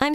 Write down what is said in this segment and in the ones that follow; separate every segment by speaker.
Speaker 1: I'm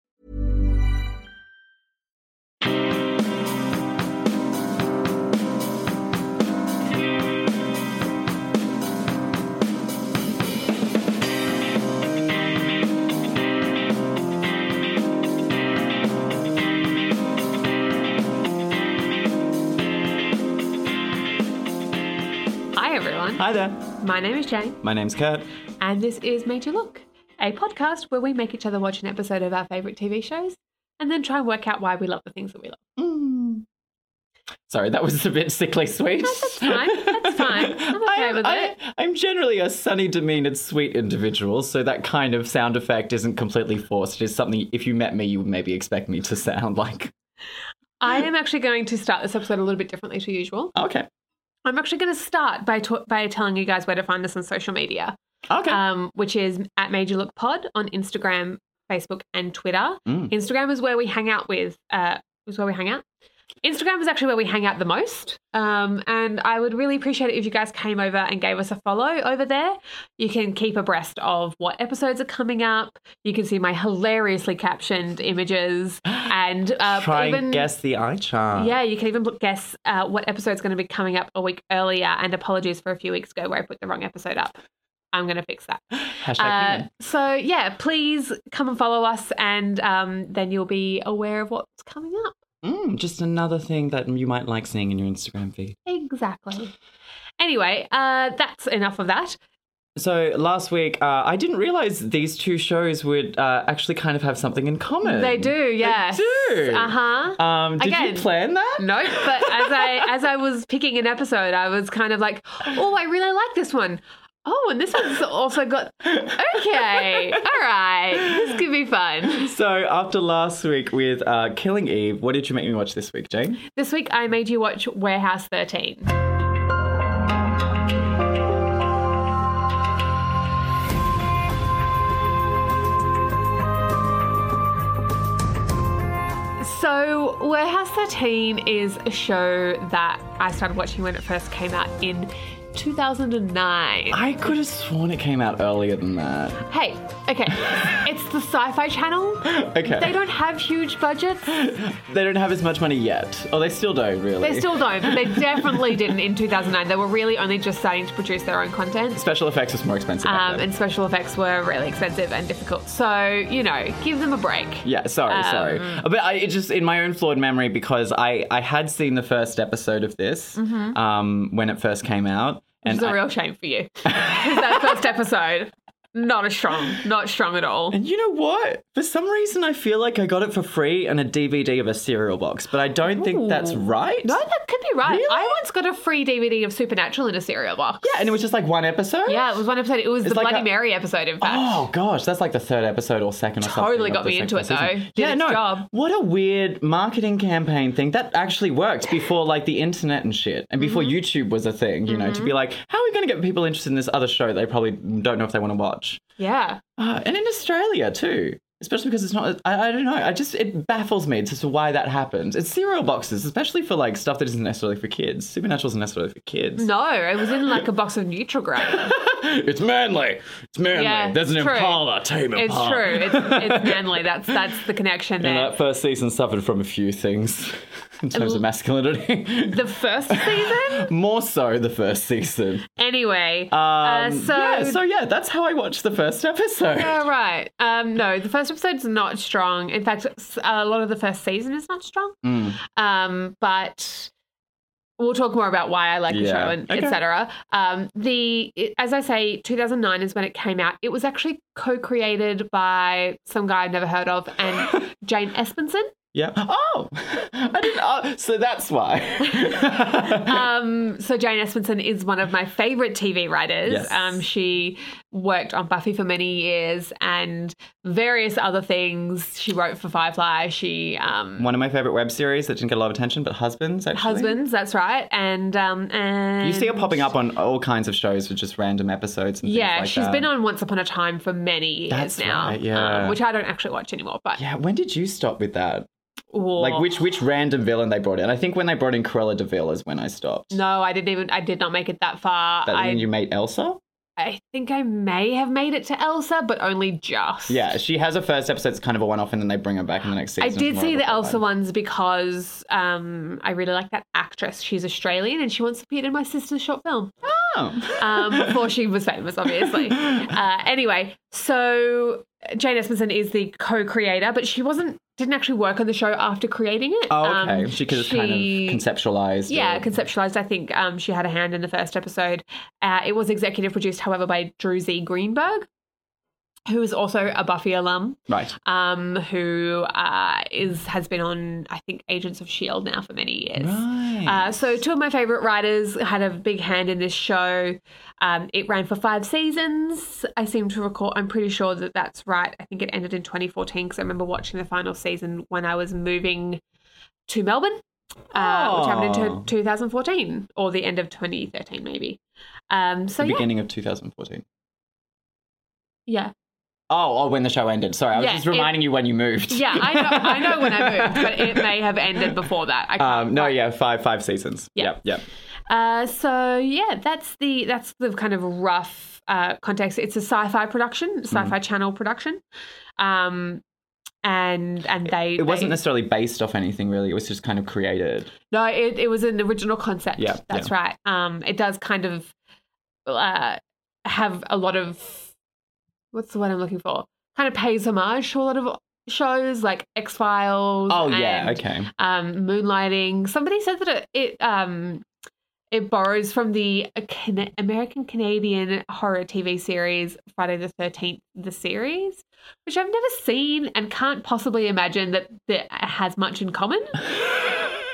Speaker 2: Hi, everyone.
Speaker 3: Hi there.
Speaker 2: My name is Jane,
Speaker 3: My name's Kurt.
Speaker 2: and this is Made to Look, a podcast where we make each other watch an episode of our favourite TV shows and then try and work out why we love the things that we love.
Speaker 3: Sorry, that was a bit sickly sweet.
Speaker 2: Mm. that's fine. That's fine. I'm okay
Speaker 3: am-
Speaker 2: with
Speaker 3: I-
Speaker 2: it.
Speaker 3: I'm generally a sunny, demeanoured, sweet individual, so that kind of sound effect isn't completely forced. It is something, if you met me, you would maybe expect me to sound like.
Speaker 2: I am actually going to start this episode a little bit differently to usual.
Speaker 3: Okay.
Speaker 2: I'm actually going to start by ta- by telling you guys where to find us on social media,
Speaker 3: Okay.
Speaker 2: um, which is at Major Look Pod on Instagram, Facebook, and Twitter.
Speaker 3: Mm.
Speaker 2: Instagram is where we hang out with. Uh, is where we hang out. Instagram is actually where we hang out the most. Um, and I would really appreciate it if you guys came over and gave us a follow over there. You can keep abreast of what episodes are coming up. You can see my hilariously captioned images and uh,
Speaker 3: Try
Speaker 2: even
Speaker 3: and guess the eye chart.
Speaker 2: yeah, you can even look- guess uh, what episode's going to be coming up a week earlier. And apologies for a few weeks ago where I put the wrong episode up. I'm going to fix that.
Speaker 3: Hashtag
Speaker 2: Uh,
Speaker 3: human.
Speaker 2: so yeah, please come and follow us, and um, then you'll be aware of what's coming up.
Speaker 3: Mm, just another thing that you might like seeing in your Instagram feed.
Speaker 2: Exactly. Anyway, uh, that's enough of that.
Speaker 3: So last week, uh, I didn't realize these two shows would uh, actually kind of have something in common.
Speaker 2: They do, yes.
Speaker 3: do.
Speaker 2: Uh huh.
Speaker 3: Um, did
Speaker 2: Again.
Speaker 3: you plan that?
Speaker 2: No, but as I as I was picking an episode, I was kind of like, oh, I really like this one. Oh, and this one's also got. Okay, all right, this could be fun.
Speaker 3: So after last week with uh, Killing Eve, what did you make me watch this week, Jane?
Speaker 2: This week I made you watch Warehouse 13. So, Warehouse 13 is a show that I started watching when it first came out in 2009.
Speaker 3: I could have sworn it came out earlier than that.
Speaker 2: Hey, okay, it's the Sci Fi Channel.
Speaker 3: Okay.
Speaker 2: They don't have huge budgets.
Speaker 3: They don't have as much money yet. Oh, they still don't really.
Speaker 2: They still don't, but they definitely didn't in 2009. They were really only just starting to produce their own content.
Speaker 3: Special effects was more expensive. back
Speaker 2: Um,
Speaker 3: then.
Speaker 2: and special effects were really expensive and difficult. So, you know, give them a break.
Speaker 3: Yeah, sorry,
Speaker 2: um,
Speaker 3: sorry. But I it just in my own flawed memory because I I had seen the first episode of this um, when it first came out, and
Speaker 2: It's Mm-hmm. a
Speaker 3: I-
Speaker 2: real shame for you. 'Cause that first episode, not as strong, not strong at all.
Speaker 3: And you know what? For some reason, I feel like I got it for free on a DVD of a cereal box, but I don't think that's
Speaker 2: Ooh.
Speaker 3: right.
Speaker 2: No, that could be right.
Speaker 3: Really?
Speaker 2: I once got a free DVD of Supernatural in a cereal box.
Speaker 3: Yeah, and it was just like one episode.
Speaker 2: Yeah, it was one episode. It was
Speaker 3: It's
Speaker 2: the
Speaker 3: like
Speaker 2: Bloody
Speaker 3: a-
Speaker 2: Mary episode, in fact.
Speaker 3: Oh gosh, that's like the third episode or second or something.
Speaker 2: Totally
Speaker 3: of
Speaker 2: got
Speaker 3: the
Speaker 2: me into
Speaker 3: second
Speaker 2: it, though.
Speaker 3: season.
Speaker 2: Did
Speaker 3: Yeah,
Speaker 2: its
Speaker 3: no.
Speaker 2: job.
Speaker 3: What a weird marketing campaign thing. That actually worked before like the internet and shit, and before
Speaker 2: Mm-hmm.
Speaker 3: YouTube was a thing. You know, to be like, how are we going to get people interested in this other show they probably don't know if they want to watch?
Speaker 2: Yeah.
Speaker 3: Uh, and in Australia too. Especially because it's not, I, I don't know. I just, it baffles me as to why that happens. It's cereal boxes, especially for like stuff that isn't necessarily for kids. Supernatural isn't necessarily for kids.
Speaker 2: No, it was in like a box of Nutrigrain.
Speaker 3: It's manly. It's manly.
Speaker 2: Yeah,
Speaker 3: There's an
Speaker 2: it's true.
Speaker 3: impala. Tame
Speaker 2: It's
Speaker 3: impala.
Speaker 2: true. It's, it's manly. That's that's the connection there.
Speaker 3: And that first season suffered from a few things in terms of masculinity.
Speaker 2: the first season?
Speaker 3: More so the first season.
Speaker 2: Anyway,
Speaker 3: Um,
Speaker 2: uh, so,
Speaker 3: yeah, so yeah, that's how I watched the first episode.
Speaker 2: yeah, right. Um, no, the first episode's not strong. In fact, s- a lot of the first season is not strong.
Speaker 3: Mm.
Speaker 2: Um, but we'll talk more about why I like the
Speaker 3: Yeah.
Speaker 2: show and
Speaker 3: Okay.
Speaker 2: etc. Um, the it- as I say, 2009 is when it came out. It was actually co-created by some guy I've never heard of and Jane Espenson.
Speaker 3: Yeah. Oh, I didn't. Oh, so that's why.
Speaker 2: Um, so Jane Espenson is one of my favorite TV writers.
Speaker 3: Yes.
Speaker 2: Um, she worked on Buffy for many years and various other things. She wrote for Firefly. She um,
Speaker 3: One of my favorite web series that didn't get a lot of attention, but Husbands actually.
Speaker 2: husbands, that's right, and um, and
Speaker 3: You see her popping up on all kinds of shows with just random episodes and
Speaker 2: Yeah,
Speaker 3: things like
Speaker 2: she's
Speaker 3: that.
Speaker 2: been on Once Upon a Time for many years
Speaker 3: That's
Speaker 2: now,
Speaker 3: right, yeah.
Speaker 2: um, which I don't actually watch anymore. But
Speaker 3: Yeah, when did you stop with that?
Speaker 2: Or-
Speaker 3: Like which which random villain they brought in? I think when they brought in Cruella Deville is when I stopped.
Speaker 2: No, I didn't even. I did not make it that far.
Speaker 3: That
Speaker 2: I
Speaker 3: you mate Elsa?
Speaker 2: I think I may have made it to Elsa, but only just.
Speaker 3: Yeah, she has a first episode. It's kind of a one-off, and then they bring her back in the next
Speaker 2: I
Speaker 3: season.
Speaker 2: did
Speaker 3: More
Speaker 2: see
Speaker 3: of a
Speaker 2: the Elsa
Speaker 3: plotline.
Speaker 2: ones because um, I really like that actress. She's Australian and she once appeared in my sister's short film
Speaker 3: Oh.
Speaker 2: um, before she was famous, obviously. Uh, anyway, so Jane Espenson is the co-creator, but she wasn't didn't actually work on the show after creating it.
Speaker 3: Oh,
Speaker 2: Um,
Speaker 3: okay. she could have kind of
Speaker 2: she-
Speaker 3: conceptualized.
Speaker 2: Yeah,
Speaker 3: it.
Speaker 2: conceptualized. I think um, she had a hand in the first episode. Uh, it was executive produced, however, by Drew Z. Greenberg, who is also a Buffy alum,
Speaker 3: Right.
Speaker 2: um, who uh, is has been on, I think, Agents of Shield now for many years.
Speaker 3: Right.
Speaker 2: Uh, so, two of my favorite writers had a big hand in this show. Um, it ran for five seasons. I seem to recall, I'm pretty sure that that's right. I think it ended in 2014 because I remember watching the final season when I was moving to Melbourne, uh, which happened
Speaker 3: Oh.
Speaker 2: in t- 2014 or the end of 2013, maybe. Um, so,
Speaker 3: the
Speaker 2: yeah.
Speaker 3: beginning of 2014.
Speaker 2: Yeah.
Speaker 3: Oh, oh, when the show ended. Sorry, I was
Speaker 2: Yeah,
Speaker 3: just
Speaker 2: it-
Speaker 3: reminding you when you moved.
Speaker 2: Yeah, I know, I know when I moved, but it may have ended before that. I can't
Speaker 3: Um, no,
Speaker 2: quite-
Speaker 3: yeah, five five seasons.
Speaker 2: Yeah.
Speaker 3: yeah.
Speaker 2: Uh, so yeah, that's the that's the kind of rough uh, context. It's a sci-fi production,
Speaker 3: Mm-hmm.
Speaker 2: sci-fi channel production, um, and and they
Speaker 3: It
Speaker 2: they-
Speaker 3: wasn't necessarily based off anything really. It was just kind of created.
Speaker 2: no, it, it was an original concept.
Speaker 3: Yeah,
Speaker 2: that's
Speaker 3: yeah.
Speaker 2: right. Um, it does kind of uh, have a lot of what's the word I'm looking for? Kind of pays homage to a lot of shows like X Files.
Speaker 3: Oh yeah,
Speaker 2: and,
Speaker 3: okay.
Speaker 2: um, moonlighting. Somebody said that it it, um, it borrows from the Can- American Canadian horror TV series Friday the Thirteenth, the series, which I've never seen and can't possibly imagine that that has much in common.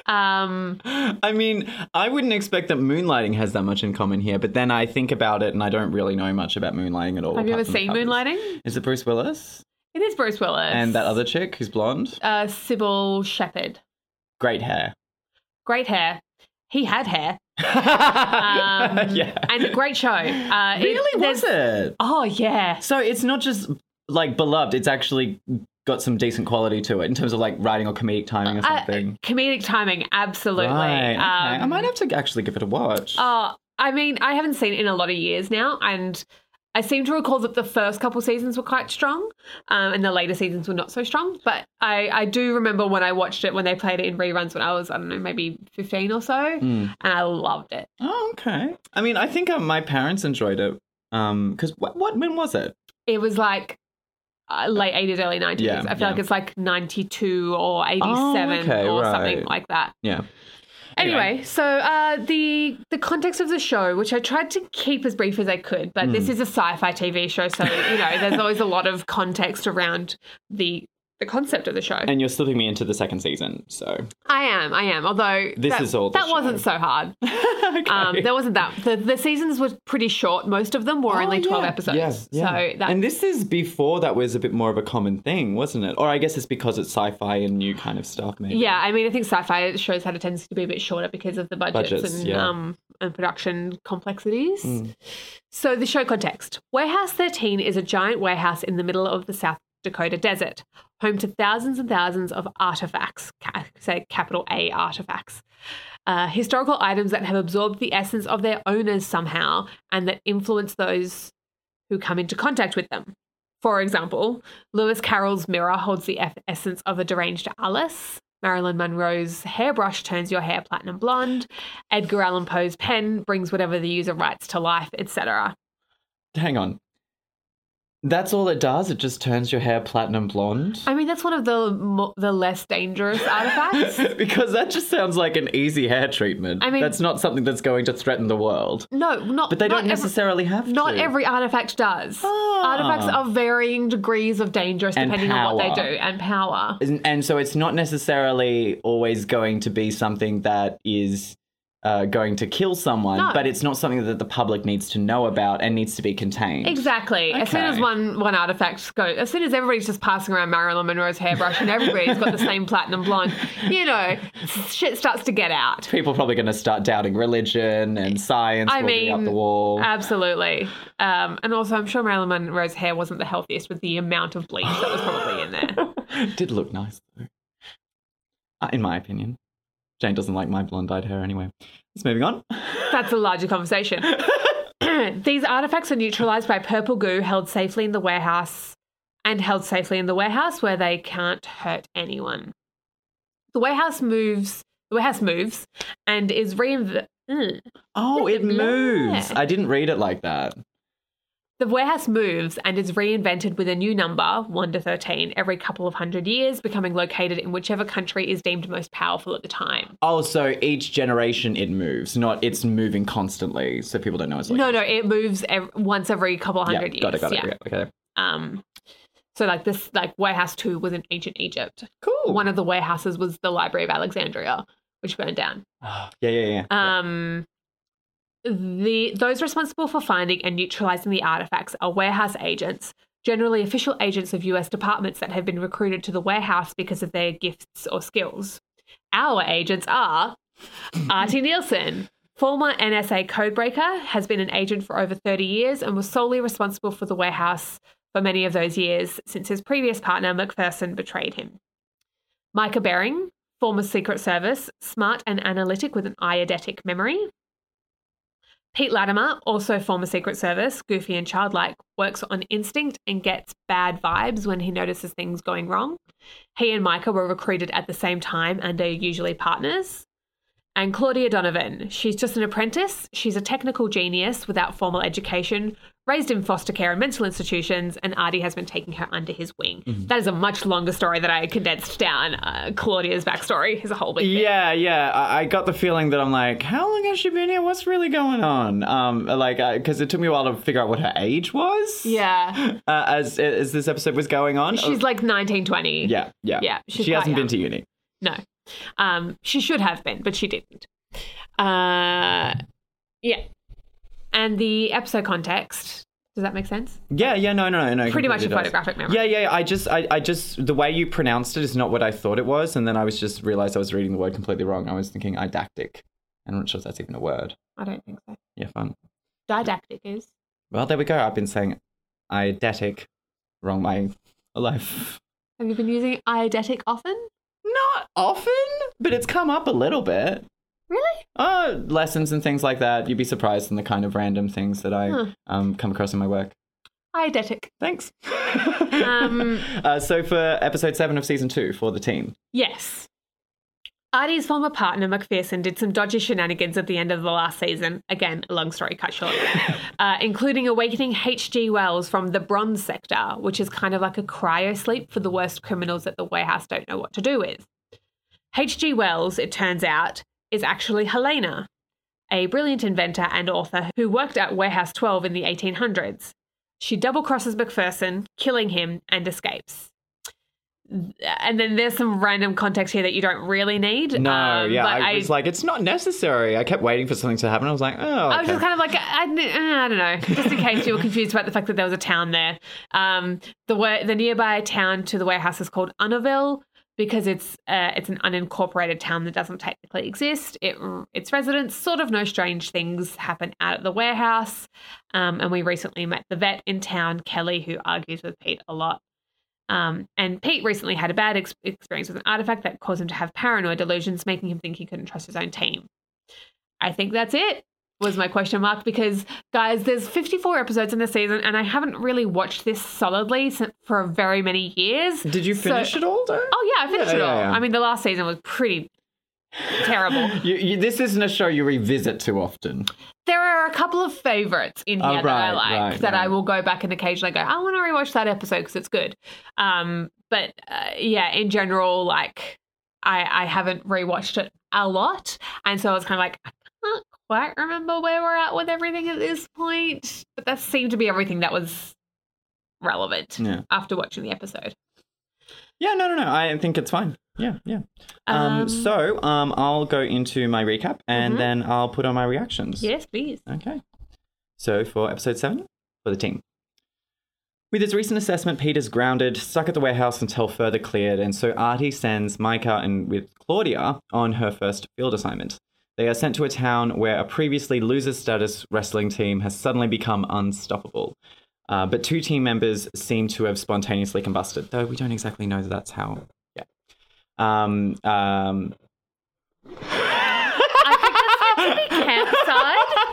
Speaker 2: um,
Speaker 3: I mean, I wouldn't expect that moonlighting has that much in common here, but then I think about it and I don't really know much about moonlighting at all.
Speaker 2: have you
Speaker 3: apart
Speaker 2: ever
Speaker 3: from the
Speaker 2: seen
Speaker 3: covers.
Speaker 2: Moonlighting?
Speaker 3: Is it Bruce Willis
Speaker 2: It is Bruce Willis
Speaker 3: and that other chick who's blonde?
Speaker 2: uh, Sybil Shepherd.
Speaker 3: Great hair.
Speaker 2: Great hair. He had hair. Um,
Speaker 3: yeah.
Speaker 2: And great show. Uh, it-
Speaker 3: really was
Speaker 2: there's-
Speaker 3: it?
Speaker 2: Oh yeah.
Speaker 3: So it's not just like beloved. It's actually got some decent quality to it in terms of like writing or comedic timing or
Speaker 2: Uh,
Speaker 3: something.
Speaker 2: comedic timing, absolutely.
Speaker 3: Right. Okay. I
Speaker 2: Um,
Speaker 3: might have to actually give it a watch.
Speaker 2: uh, I mean, I haven't seen it in a lot of years now, and I seem to recall that the first couple seasons were quite strong, um, and the later seasons were not so strong. But I, I do remember when I watched it when they played it in reruns when I was I don't know maybe fifteen or so,
Speaker 3: Mm. Hmm.
Speaker 2: and I loved it.
Speaker 3: oh, okay. I mean, I think uh, my parents enjoyed it. Um, because what, what when was it?
Speaker 2: It was like. Uh, late 80s, early 90s.
Speaker 3: Yeah,
Speaker 2: I feel
Speaker 3: yeah. Oh,
Speaker 2: like it's like 92 or 87
Speaker 3: okay,
Speaker 2: or
Speaker 3: right.
Speaker 2: something like that.
Speaker 3: Yeah.
Speaker 2: Anyway,
Speaker 3: Anyway.
Speaker 2: so uh, the the context of the show, which I tried to keep as brief as I could, but
Speaker 3: Hmm.
Speaker 2: this is a sci-fi TV show, so you know there's always a lot of context around the the concept of the show.
Speaker 3: And you're slipping me into the second season, so
Speaker 2: I am, I am. Although
Speaker 3: This
Speaker 2: that,
Speaker 3: is all the
Speaker 2: that wasn't so hard. Um, there wasn't that. The, the seasons were pretty short. Most of them were
Speaker 3: Oh,
Speaker 2: only twelve episodes. So that
Speaker 3: and this is before that was a bit more of a common thing, wasn't it? Or I guess it's because it's sci-fi and new kind of stuff, maybe.
Speaker 2: Yeah, I mean, I think sci-fi shows had a tendency to be a bit shorter because of the budgets,
Speaker 3: Budgets,
Speaker 2: and
Speaker 3: yeah. Mm.
Speaker 2: um and production complexities. So the show context: Warehouse 13 is a giant warehouse in the middle of the South Dakota desert, home to thousands and thousands of artifacts. Ca- say capital A artifacts. Uh, historical items that have absorbed the essence of their owners somehow and that influence those who come into contact with them. For example, Lewis Carroll's mirror holds the eff- essence of a deranged Alice. Marilyn Monroe's hairbrush turns your hair platinum blonde. Edgar Allan Poe's pen brings whatever the user writes to life, etc.
Speaker 3: Hang on. That's all it does. It just turns your hair platinum blonde.
Speaker 2: I mean, that's one of the mo- the less dangerous artifacts.
Speaker 3: because that just sounds like an easy hair treatment.
Speaker 2: I mean-
Speaker 3: that's not something that's going to threaten the world.
Speaker 2: No, not.
Speaker 3: But they
Speaker 2: not
Speaker 3: don't
Speaker 2: every-
Speaker 3: necessarily have
Speaker 2: Not
Speaker 3: to.
Speaker 2: every artifact does. Artifacts are varying degrees of dangerous
Speaker 3: And
Speaker 2: depending on what they
Speaker 3: power.
Speaker 2: do and power.
Speaker 3: and, and so it's not necessarily always going to be something that is uh, going to kill someone,
Speaker 2: No.
Speaker 3: but it's not something that the public needs to know about and needs to be contained.
Speaker 2: Exactly. As soon as
Speaker 3: Okay.
Speaker 2: one one artifact goes, as soon as everybody's just passing around Marilyn Monroe's hairbrush and everybody's got the same platinum blonde, you know, shit starts to get out.
Speaker 3: People are probably going to start doubting religion and science.
Speaker 2: I
Speaker 3: will be up
Speaker 2: mean, uh,
Speaker 3: the wall.
Speaker 2: Absolutely. Um, and also, I'm sure Marilyn Monroe's hair wasn't the healthiest with the amount of bleach that was probably in there.
Speaker 3: Did look nice though, Uh, in my opinion. Jane doesn't like my blonde-eyed hair anyway. Let's moving on.
Speaker 2: That's a larger conversation. These artifacts are neutralized by purple goo held safely in the warehouse and held safely in the warehouse where they can't hurt anyone. The warehouse moves. The warehouse moves and is reinv- mm.
Speaker 3: Oh, it moves.
Speaker 2: Yeah.
Speaker 3: I didn't read it like that.
Speaker 2: The warehouse moves and is reinvented with a new number, 1 to 13, every couple of hundred years, becoming located in whichever country is deemed most powerful at the time.
Speaker 3: Oh, so each generation it moves, not it's moving constantly, so people don't know it's like
Speaker 2: No, no, it moves ev- once every couple hundred
Speaker 3: yeah, got
Speaker 2: years.
Speaker 3: it, got it.
Speaker 2: yeah.
Speaker 3: yeah, okay,
Speaker 2: Um, so like this, like warehouse two was in ancient Egypt.
Speaker 3: cool.
Speaker 2: One of the warehouses was the Library of Alexandria, which burned down.
Speaker 3: yeah, yeah, yeah.
Speaker 2: Um, the those responsible for finding and neutralizing the artifacts are warehouse agents, generally official agents of U.S. departments that have been recruited to the warehouse because of their gifts or skills. Our agents are Artie Nielsen. Former NSA codebreaker, has been an agent for over 30 years and was solely responsible for the warehouse for many of those years since his previous partner, McPherson, betrayed him. Micah Bering, former Secret Service, smart and analytic with an eidetic memory. Pete Latimer, also former Secret Service, goofy and childlike, works on instinct and gets bad vibes when he notices things going wrong. He and Micah were recruited at the same time and are usually partners. And Claudia Donovan, she's just an apprentice. She's a technical genius without formal education, raised in foster care and mental institutions, and Artie has been taking her under his wing. That is a much longer story that I condensed down. Uh, Claudia's backstory is a whole big thing.
Speaker 3: Yeah, yeah. I, I got the feeling that I'm like, how long has she been here? What's really going on? Um, like, because it took me a while to figure out what her age was.
Speaker 2: Yeah.
Speaker 3: Uh, as as this episode was going on. Oh,
Speaker 2: She's like 1920.
Speaker 3: yeah, yeah,
Speaker 2: Yeah, she's
Speaker 3: She hasn't
Speaker 2: quite
Speaker 3: been to uni.
Speaker 2: No. Um, she should have been, but she didn't. Uh, yeah. And the episode context. Does that make sense?
Speaker 3: Yeah, yeah, no, no, no, no. it
Speaker 2: Pretty much
Speaker 3: completely
Speaker 2: a
Speaker 3: does.
Speaker 2: photographic memory.
Speaker 3: Yeah, yeah. yeah, I just, I, I just, the way you pronounced it is not what I thought it was, and then I was just realized I was reading the word completely wrong. I was thinking didactic, and I'm not sure if that's even a word.
Speaker 2: I don't think so.
Speaker 3: Yeah, fun.
Speaker 2: Didactic is.
Speaker 3: Well, there we go. I've been saying eidetic wrong my whole life.
Speaker 2: Have you been using eidetic often?
Speaker 3: Not often, but it's come up a little bit.
Speaker 2: Really?
Speaker 3: Uh, lessons and things like that. You'd be surprised in the kind of random things that I
Speaker 2: Huh.
Speaker 3: um, come across in my work.
Speaker 2: Eidetic.
Speaker 3: Thanks.
Speaker 2: Um,
Speaker 3: uh, so for episode seven of season two for the team.
Speaker 2: Yes. Artie's former partner, McPherson, did some dodgy shenanigans at the end of the last season. Again, a long story cut short, uh, including awakening H.G. Wells from the Bronze Sector, which is kind of like a cryo sleep for the worst criminals that the warehouse don't know what to do with. H.G. Wells, it turns out, is actually Helena, a brilliant inventor and author who worked at Warehouse 12 in the 1800s. She double crosses McPherson, killing him, and escapes. And then there's some random context here that you don't really need.
Speaker 3: No,
Speaker 2: um,
Speaker 3: yeah,
Speaker 2: but
Speaker 3: I, was like, it's not necessary. I kept waiting for something to happen. I was like, oh,
Speaker 2: I was just kind of like, I, uh, I, I don't know, just in case you were confused about the fact that there was a town there. Um, the wa- the nearby town to the warehouse is called Unnerville because it's uh, it's an unincorporated town that doesn't technically exist. It its residents sort of know strange things happen out at the warehouse, um, and we recently met the vet in town, Kelly, who argues with Pete a lot. Um, and Pete recently had a bad ex- experience with an artifact that caused him to have paranoid delusions, making him think he couldn't trust his own team. I think that's it. Was my question mark because guys, there's 54 episodes in the season, and I haven't really watched this solidly since, for very many years.
Speaker 3: did you finish
Speaker 2: so-
Speaker 3: it all? Though?
Speaker 2: Oh yeah, I finished
Speaker 3: Yeah,
Speaker 2: it
Speaker 3: yeah,
Speaker 2: all.
Speaker 3: yeah.
Speaker 2: I mean, the last season was pretty terrible.
Speaker 3: You, you, this isn't a show you revisit too often.
Speaker 2: There are a couple of favorites in here
Speaker 3: Oh,
Speaker 2: that I
Speaker 3: right,
Speaker 2: like
Speaker 3: right,
Speaker 2: that I
Speaker 3: right.
Speaker 2: will go back and occasionally go, I want to rewatch that episode because it's good. Um, but uh, yeah, in general, like I, I haven't rewatched it a lot. And so I was kind of like, I can't quite remember where we're at with everything at this point. But that seemed to be everything that was relevant
Speaker 3: Yeah.
Speaker 2: after watching the episode.
Speaker 3: Yeah, no, no, no. I think it's fine. Yeah, yeah. Um,
Speaker 2: Um,
Speaker 3: so um, I'll go into my recap and then I'll put on my reactions.
Speaker 2: Yes, please.
Speaker 3: Okay. So for episode seven, for the team. With his recent assessment, Peter's grounded, stuck at the warehouse until further cleared, and so Artie sends Micah and with Claudia on her first field assignment. They are sent to a town where a previously loser status wrestling team has suddenly become unstoppable. Uh, but two team members seem to have spontaneously combusted, though we don't exactly know that that's how. Yeah. Um, um,
Speaker 2: Campsite.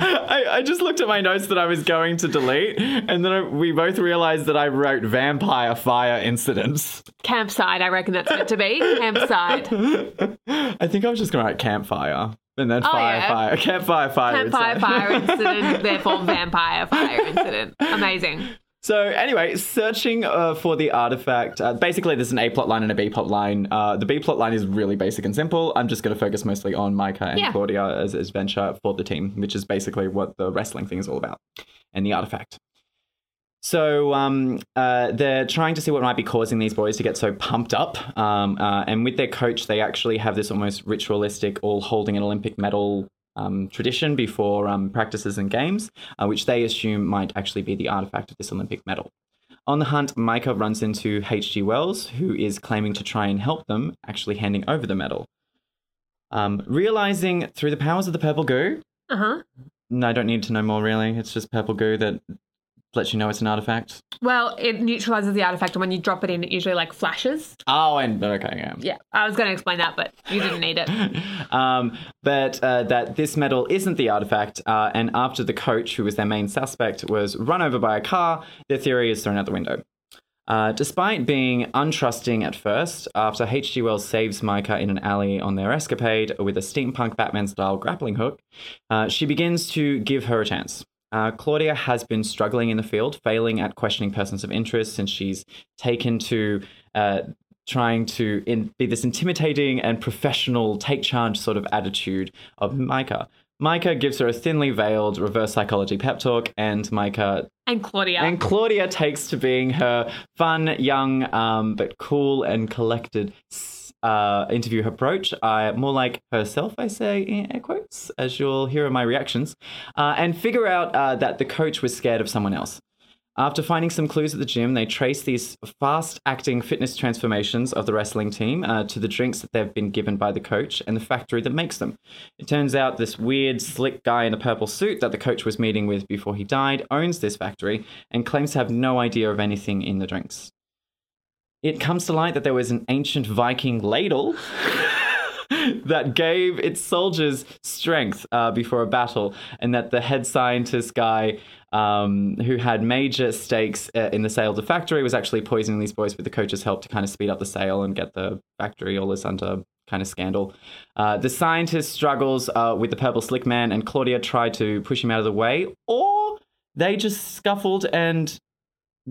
Speaker 3: I, I just looked at my notes that I was going to delete, and then I, we both realized that I wrote vampire fire incidents.
Speaker 2: Campsite, I reckon that's meant to be. Campsite.
Speaker 3: I think I was just going to write campfire, and then
Speaker 2: Oh,
Speaker 3: fire,
Speaker 2: yeah.
Speaker 3: fire, campfire, fire,
Speaker 2: Vampire
Speaker 3: incident.
Speaker 2: fire incident, therefore vampire fire incident. Amazing.
Speaker 3: So anyway, searching uh, for the artifact. Uh, basically, there's an A plot line and a B plot line. Uh, the B plot line is really basic and simple. I'm just going to focus mostly on Micah and
Speaker 2: Yeah.
Speaker 3: Claudia as as venture for the team, which is basically what the wrestling thing is all about, and the artifact. So um, uh, they're trying to see what might be causing these boys to get so pumped up. Um, uh, and with their coach, they actually have this almost ritualistic, all holding an Olympic medal um, tradition before um, practices and games, uh, which they assume might actually be the artifact of this Olympic medal. On the hunt, Micah runs into H.G. Wells, who is claiming to try and help them, actually handing over the medal. Um, realizing through the powers of the purple goo,
Speaker 2: Uh huh.
Speaker 3: no, I don't need to know more really. It's just purple goo that lets you know it's an artifact.
Speaker 2: Well, it neutralizes the artifact, and when you drop it in, it usually like flashes.
Speaker 3: Oh, and okay,
Speaker 2: Yeah, I was going to explain that, but you didn't need it.
Speaker 3: yeah. Um, but uh, that this medal isn't the artifact, uh, and after the coach, who was their main suspect, was run over by a car, their theory is thrown out the window. Uh, despite being untrusting at first, after H.G. Wells saves Micah in an alley on their escapade with a steampunk Batman style grappling hook, uh, she begins to give her a chance. Uh, Claudia has been struggling in the field, failing at questioning persons of interest since she's taken to uh, trying to in- be this intimidating and professional, take charge sort of attitude of Micah. Micah gives her a thinly veiled reverse psychology pep talk, and Micah
Speaker 2: And Claudia.
Speaker 3: and Claudia takes to being her fun, young, um, but cool and collected s- uh, interview approach. Uh, more like herself, I say, in air quotes, as you'll hear in my reactions, uh, and figure out uh, that the coach was scared of someone else. After finding some clues at the gym, they trace these fast acting fitness transformations of the wrestling team uh, to the drinks that they've been given by the coach and the factory that makes them. It turns out this weird, slick guy in a purple suit that the coach was meeting with before he died owns this factory and claims to have no idea of anything in the drinks. It comes to light that there was an ancient Viking ladle that gave its soldiers strength uh, before a battle, and that the head scientist guy um, who had major stakes uh, in the sale of the factory was actually poisoning these boys with the coach's help to kind of speed up the sale and get the factory all this under kind of scandal. Uh, the scientist struggles uh, with the purple slick man, and Claudia tried to push him out of the way, or they just scuffled and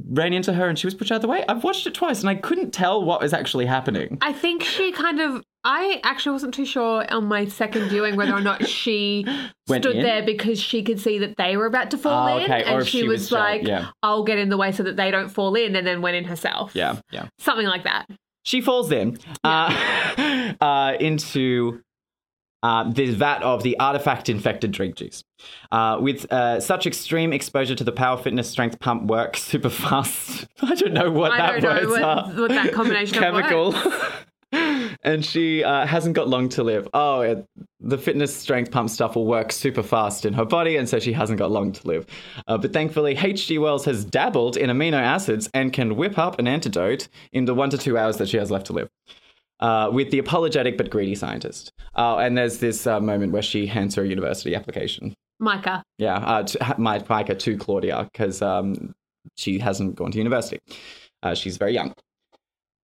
Speaker 3: ran into her and she was pushed out of the way. I've watched it twice and I couldn't tell what was actually happening.
Speaker 2: I think she kind of. I actually wasn't too sure on my second viewing whether or not she
Speaker 3: Went
Speaker 2: stood
Speaker 3: in?
Speaker 2: there because she could see that they were about to fall
Speaker 3: Oh,
Speaker 2: in,
Speaker 3: okay,
Speaker 2: and
Speaker 3: or if
Speaker 2: she,
Speaker 3: she
Speaker 2: was,
Speaker 3: was shy,
Speaker 2: like,
Speaker 3: yeah.
Speaker 2: "I'll get in the way so that they don't fall in," and then went in herself.
Speaker 3: Yeah, yeah.
Speaker 2: something like that.
Speaker 3: She falls in uh, uh, into uh, the vat of the artifact infected drink juice. Uh, with uh, such extreme exposure to the power, fitness, strength pump work super fast. I don't know what
Speaker 2: I
Speaker 3: that
Speaker 2: don't know
Speaker 3: words
Speaker 2: what-
Speaker 3: are.
Speaker 2: what that combination of
Speaker 3: chemical. and she uh, hasn't got long to live. Oh, it, the fitness strength pump stuff will work super fast in her body, and so she hasn't got long to live. Uh, but thankfully, H.G. Wells has dabbled in amino acids and can whip up an antidote in the one to two hours that she has left to live uh, with the apologetic but greedy scientist. Uh, and there's this uh, moment where she hands her university application.
Speaker 2: Micah.
Speaker 3: Yeah, uh, to, ha- my Micah to Claudia because um, she hasn't gone to university. Uh, she's very young.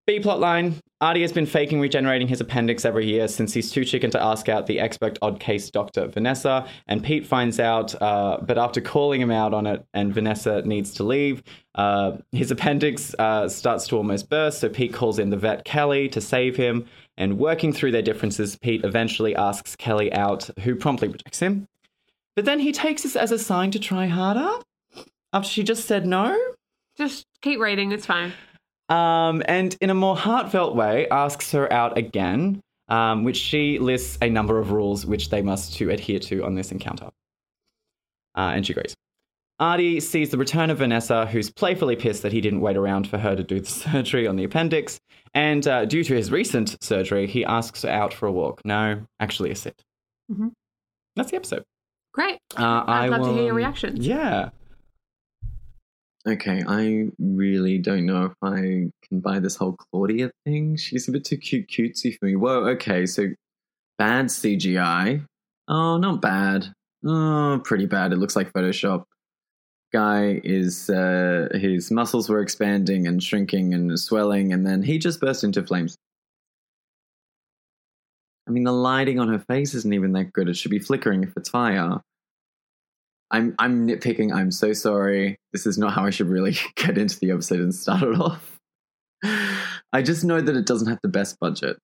Speaker 3: B plot line. Artie has been faking regenerating his appendix every year since he's too chicken to ask out the expert odd case doctor, Vanessa. And Pete finds out, uh, but after calling him out on it and Vanessa needs to leave, uh, his appendix uh, starts to almost burst. So Pete calls in the vet, Kelly, to save him. And working through their differences, Pete eventually asks Kelly out, who promptly rejects him. But then he takes this as a sign to try harder after she just said no.
Speaker 2: Just keep reading. It's fine.
Speaker 3: Um, and in a more heartfelt way, asks her out again, um, which she lists a number of rules which they must to adhere to on this encounter. Uh, and she agrees. Artie sees the return of Vanessa, who's playfully pissed that he didn't wait around for her to do the surgery on the appendix. And uh, due to his recent surgery, he asks her out for a walk. No, actually, a sit.
Speaker 2: Mhm.
Speaker 3: That's the episode.
Speaker 2: Great.
Speaker 3: Uh,
Speaker 2: I'd
Speaker 3: I
Speaker 2: love to hear your
Speaker 3: will-
Speaker 2: reactions.
Speaker 3: Yeah.
Speaker 4: Okay, I really don't know if I can buy this whole Claudia thing. She's a bit too cute cutesy for me. Whoa, okay, so bad CGI. Oh, not bad. Oh, pretty bad. It looks like Photoshop. Guy is uh, his muscles were expanding and shrinking and swelling, and then he just burst into flames. I mean, the lighting on her face isn't even that good. It should be flickering if it's fire. I'm I'm nitpicking. I'm so sorry. This is not how I should really get into the episode and start it off. I just know that it doesn't have the best budget,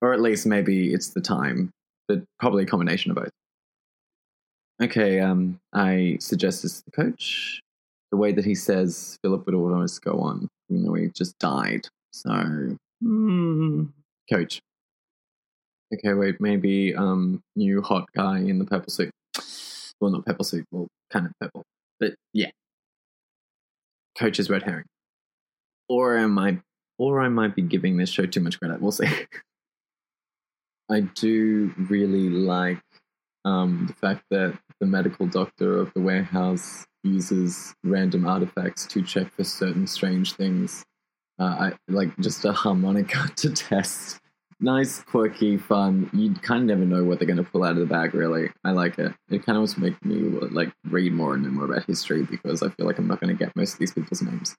Speaker 4: or at least maybe it's the time, but probably a combination of both. Okay, um, I suggest this to the coach. The way that he says Philip would order us to go on, even though he just died. So, hmm, coach. Okay, wait, maybe um, new hot guy in the purple suit well, not purple suit, well, kind of purple, but yeah. Coach's red herring, or am I, or I might be giving this show too much credit. We'll see. I do really like um, the fact that the medical doctor of the warehouse uses random artifacts to check for certain strange things. Uh, I like just a harmonica to test. Nice, quirky, fun. You kind of never know what they're going to pull out of the bag, really. I like it. It kind of also makes me like read more and know more about history because I feel like I'm not going to get most of these people's names.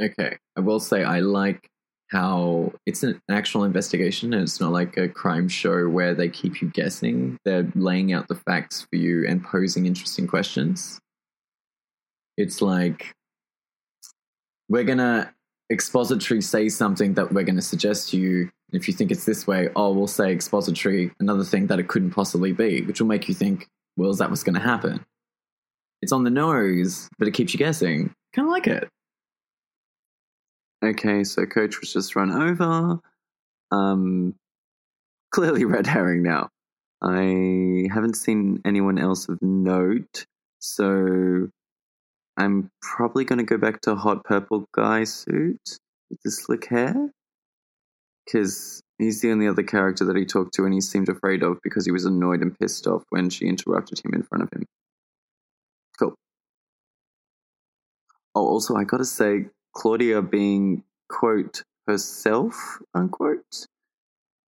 Speaker 4: Okay, I will say I like how it's an actual investigation and it's not like a crime show where they keep you guessing. They're laying out the facts for you and posing interesting questions. It's like we're gonna expository say something that we're gonna suggest to you. If you think it's this way, oh, we'll say expository another thing that it couldn't possibly be, which will make you think, well, is that what's gonna happen? It's on the nose, but it keeps you guessing. Kind of like it. Okay, so coach was just run over. Um, clearly red herring now. I haven't seen anyone else of note, so I'm probably going to go back to hot purple guy suit with the slick hair because he's the only other character that he talked to and he seemed afraid of because he was annoyed and pissed off when she interrupted him in front of him. Cool. Oh, also, I got to say, Claudia being, quote, herself, unquote,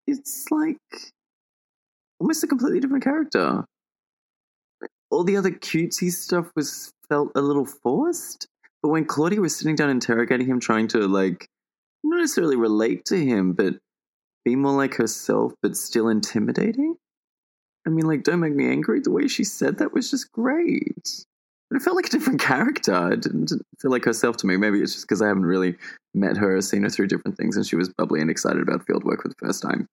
Speaker 4: it's like almost a completely different character all the other cutesy stuff was felt a little forced. But when Claudia was sitting down interrogating him, trying to like not necessarily relate to him, but be more like herself, but still intimidating. I mean, like, don't make me angry. The way she said that was just great. And it felt like a different character. It didn't didn't feel like herself to me. Maybe it's just because I haven't really met her, seen her through different things, and she was bubbly and excited about field work for the first time.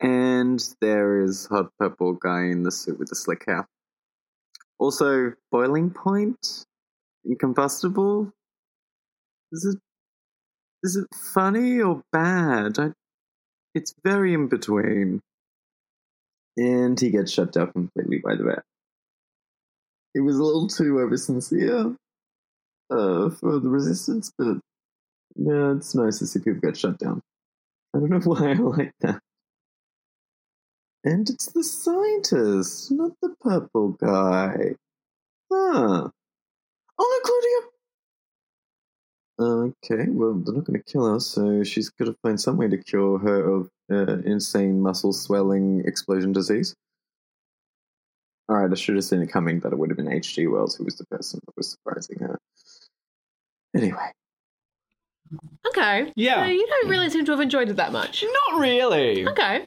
Speaker 4: And there is hot purple guy in the suit with the slick hair. Also, boiling point, incombustible. Is it is it funny or bad? I, it's very in between. And he gets shut down completely by the vet. It was a little too over sincere uh, for the resistance, but yeah, it's nice to see people get shut down. I don't know why I like that. And it's the scientist, not the purple guy. Huh. Oh no, Claudia! Okay, well, they're not going to kill her, so she's got to find some way to cure her of uh, insane muscle swelling explosion disease. Alright, I should have seen it coming, but it would have been H.G. Wells who was the person that was surprising her. Anyway.
Speaker 2: Okay.
Speaker 3: Yeah. Mm.
Speaker 2: So you don't really seem to have enjoyed it that much.
Speaker 3: Not really.
Speaker 2: Okay.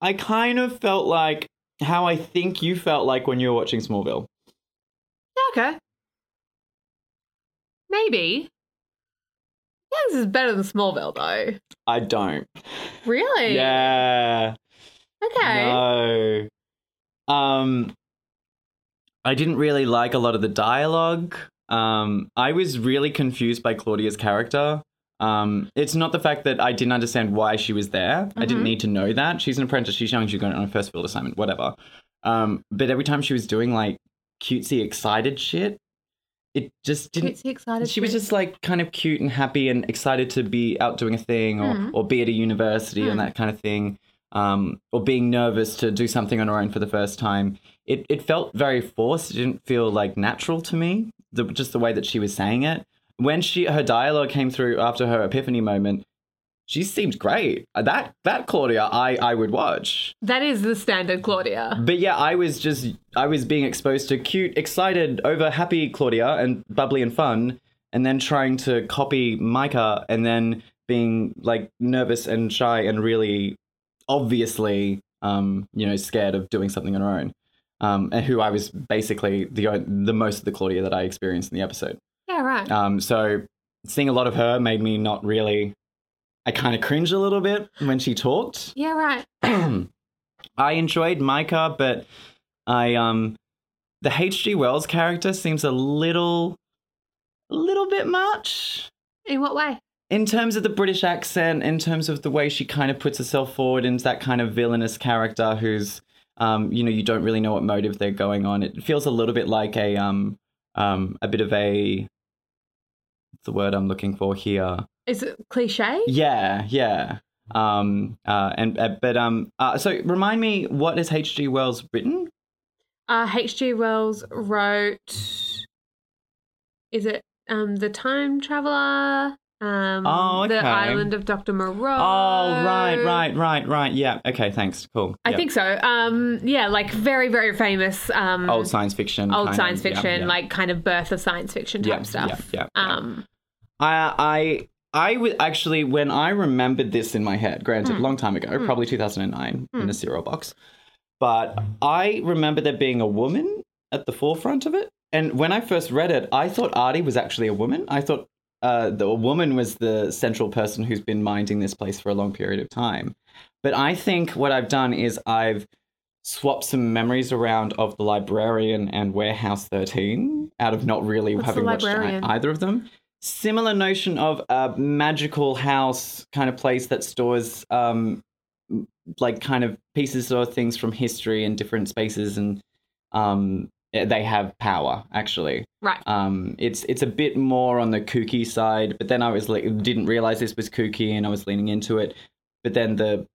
Speaker 3: I kind of felt like how I think you felt like when you were watching Smallville.
Speaker 2: Yeah, okay. Maybe. Yeah, this is better than Smallville though.
Speaker 3: I don't.
Speaker 2: Really?
Speaker 3: Yeah.
Speaker 2: Okay.
Speaker 3: No. Um, I didn't really like a lot of the dialogue. Um, I was really confused by Claudia's character. Um, it's not the fact that I didn't understand why she was there. I didn't need to know that. She's an apprentice. She's young. She's going on her first field assignment. Whatever. Um, but every time she was doing like cutesy, excited shit, it just didn't
Speaker 2: Cutesy, excited.
Speaker 3: she was
Speaker 2: shit.
Speaker 3: just like kind of cute and happy and excited to be out doing a thing or,
Speaker 2: Mm.
Speaker 3: or be at a university and that kind of thing um, or being nervous to do something on her own for the first time it, it felt very forced it didn't feel like natural to me the, just the way that she was saying it when she her dialogue came through after her epiphany moment she seemed great that that claudia i i would watch
Speaker 2: That is the standard Claudia.
Speaker 3: but yeah, I was just I was being exposed to cute, excited, over happy Claudia and bubbly and fun, and then trying to copy Micah, and then being like nervous and shy and really obviously um, you know scared of doing something on her own. Um, and who I was basically the o- the most of the Claudia that I experienced in the episode.
Speaker 2: Yeah, right.
Speaker 3: Um, so seeing a lot of her made me not really. I kind of cringe a little bit when she talked.
Speaker 2: yeah, right.
Speaker 3: I enjoyed Micah, but I um the H.G. Wells character seems a little a little bit much
Speaker 2: In what way?
Speaker 3: in terms of the British accent, in terms of the way she kind of puts herself forward into that kind of villainous character who's um you know you don't really know what motive they're going on. It feels a little bit like a um um a bit of a what's the word I'm looking for here
Speaker 2: Is it cliche?
Speaker 3: yeah, yeah. Um, uh, and uh, but um, uh, so remind me, what has H.G. Wells written?
Speaker 2: Uh, H.G. Wells wrote. Is it um the time traveler? Um,
Speaker 3: Oh,
Speaker 2: The
Speaker 3: okay.
Speaker 2: island of Doctor Moreau.
Speaker 3: Oh, right, right, right, right. Yeah. Okay. Thanks. Cool.
Speaker 2: Uh, I
Speaker 3: Yeah.
Speaker 2: think so. Um, yeah, like very, very famous. Um,
Speaker 3: old science fiction.
Speaker 2: old
Speaker 3: kind
Speaker 2: science
Speaker 3: of, yeah,
Speaker 2: fiction,
Speaker 3: yeah.
Speaker 2: like kind of birth of science fiction type
Speaker 3: Yeah,
Speaker 2: stuff.
Speaker 3: yeah, yeah, yeah.
Speaker 2: Um,
Speaker 3: I I I would actually when I remembered this in my head, granted,
Speaker 2: Hmm.
Speaker 3: long time ago, probably 2009 in a cereal box, but I remember there being a woman at the forefront of it. And when I first read it, I thought Artie was actually a woman. I thought uh, the a woman was the central person who's been minding this place for a long period of time. But I think what I've done is I've swapped some memories around of the librarian and warehouse 13 out of not really
Speaker 2: What's the
Speaker 3: having watched ei-
Speaker 2: Librarian?
Speaker 3: either of them similar notion of a magical house kind of place that stores um like kind of pieces or things from history and different spaces and um they have power actually
Speaker 2: right.
Speaker 3: um it's it's a bit more on the kooky side but then i was like didn't realize this was kooky and i was leaning into it but then the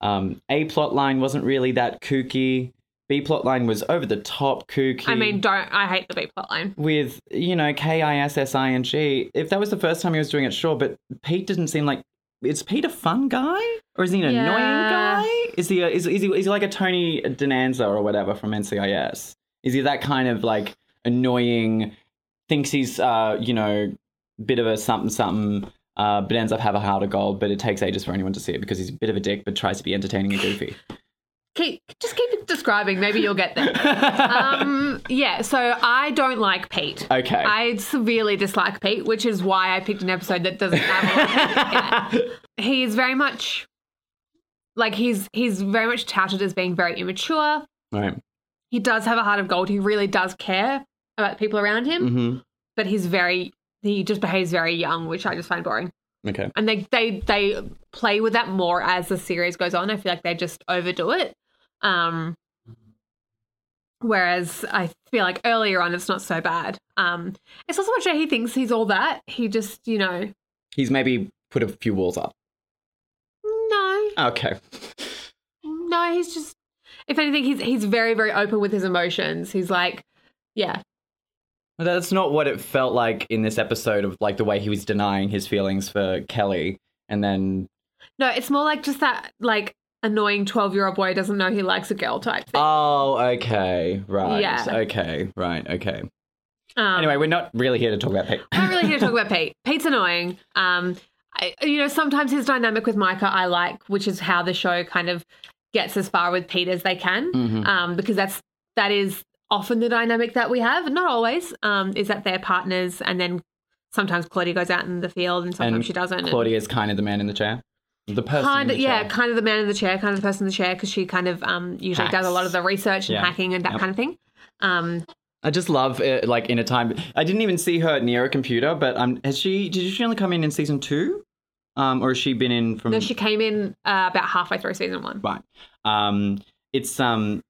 Speaker 3: um a plot line wasn't really that kooky b plot line was over the top kooky
Speaker 2: I mean, don't. I hate the B plot line.
Speaker 3: with you know K I S S I N G. If that was the first time he was doing it, sure. But Pete didn't seem like is Pete a fun guy or is he an
Speaker 2: Yeah.
Speaker 3: annoying guy? Is he a, is is he is he like a Tony Dananza or whatever from NCIS? Is he that kind of like annoying? Thinks he's uh you know bit of a something something. Uh, but ends up having a heart of gold, but it takes ages for anyone to see it because he's a bit of a dick, but tries to be entertaining and goofy.
Speaker 2: Keep just keep describing. Maybe you'll get there. um, yeah. So I don't like Pete.
Speaker 3: Okay.
Speaker 2: I severely dislike Pete, which is why I picked an episode that doesn't have. a lot of Pete in it. he is very much like he's he's very much touted as being very immature.
Speaker 3: right.
Speaker 2: He does have a heart of gold. He really does care about the people around him,
Speaker 3: hmm
Speaker 2: but he's very he just behaves very young, which I just find boring.
Speaker 3: Okay.
Speaker 2: And they they they play with that more as the series goes on. I feel like they just overdo it. Um whereas I feel like earlier on it's not so bad. Um it's not so much that he thinks he's all that. He just, you know,
Speaker 3: He's maybe put a few walls up.
Speaker 2: no.
Speaker 3: Okay.
Speaker 2: No, he's just. If anything, he's he's very very open with his emotions. He's like, yeah,
Speaker 3: But That's not what it felt like in this episode of like the way he was denying his feelings for Kelly and then
Speaker 2: no, it's more like just that like annoying twelve year old boy doesn't know he likes a girl type thing.
Speaker 3: Oh, okay. Right.
Speaker 2: Yeah.
Speaker 3: Okay. Right. Okay.
Speaker 2: Um,
Speaker 3: Anyway, we're not really here to talk about Pete.
Speaker 2: I'm not really here to talk about Pete. Pete's annoying. Um, I, you know, sometimes his dynamic with Micah I like, which is how the show kind of gets as far with Pete as they can,
Speaker 3: Mm-hmm.
Speaker 2: um, because that's that is often the dynamic that we have. Not always, um, is that they're partners, and then sometimes Claudia goes out in the field, and sometimes
Speaker 3: and
Speaker 2: she doesn't. and-
Speaker 3: Claudia's kind of the man in the chair. The person.
Speaker 2: kind of
Speaker 3: in the
Speaker 2: yeah
Speaker 3: chair.
Speaker 2: kind of the man in the chair kind of the person in the chair because she kind of um usually does
Speaker 3: Hacks.
Speaker 2: a lot of the research and
Speaker 3: Yeah.
Speaker 2: hacking and that
Speaker 3: Yep.
Speaker 2: kind of thing um
Speaker 3: I just love it, like in a time. I didn't even see her near a computer, but um, has she? Did she only come in in season two, um, or has she been in from?
Speaker 2: no she came in uh, about halfway through season one
Speaker 3: Right. Um, it's um,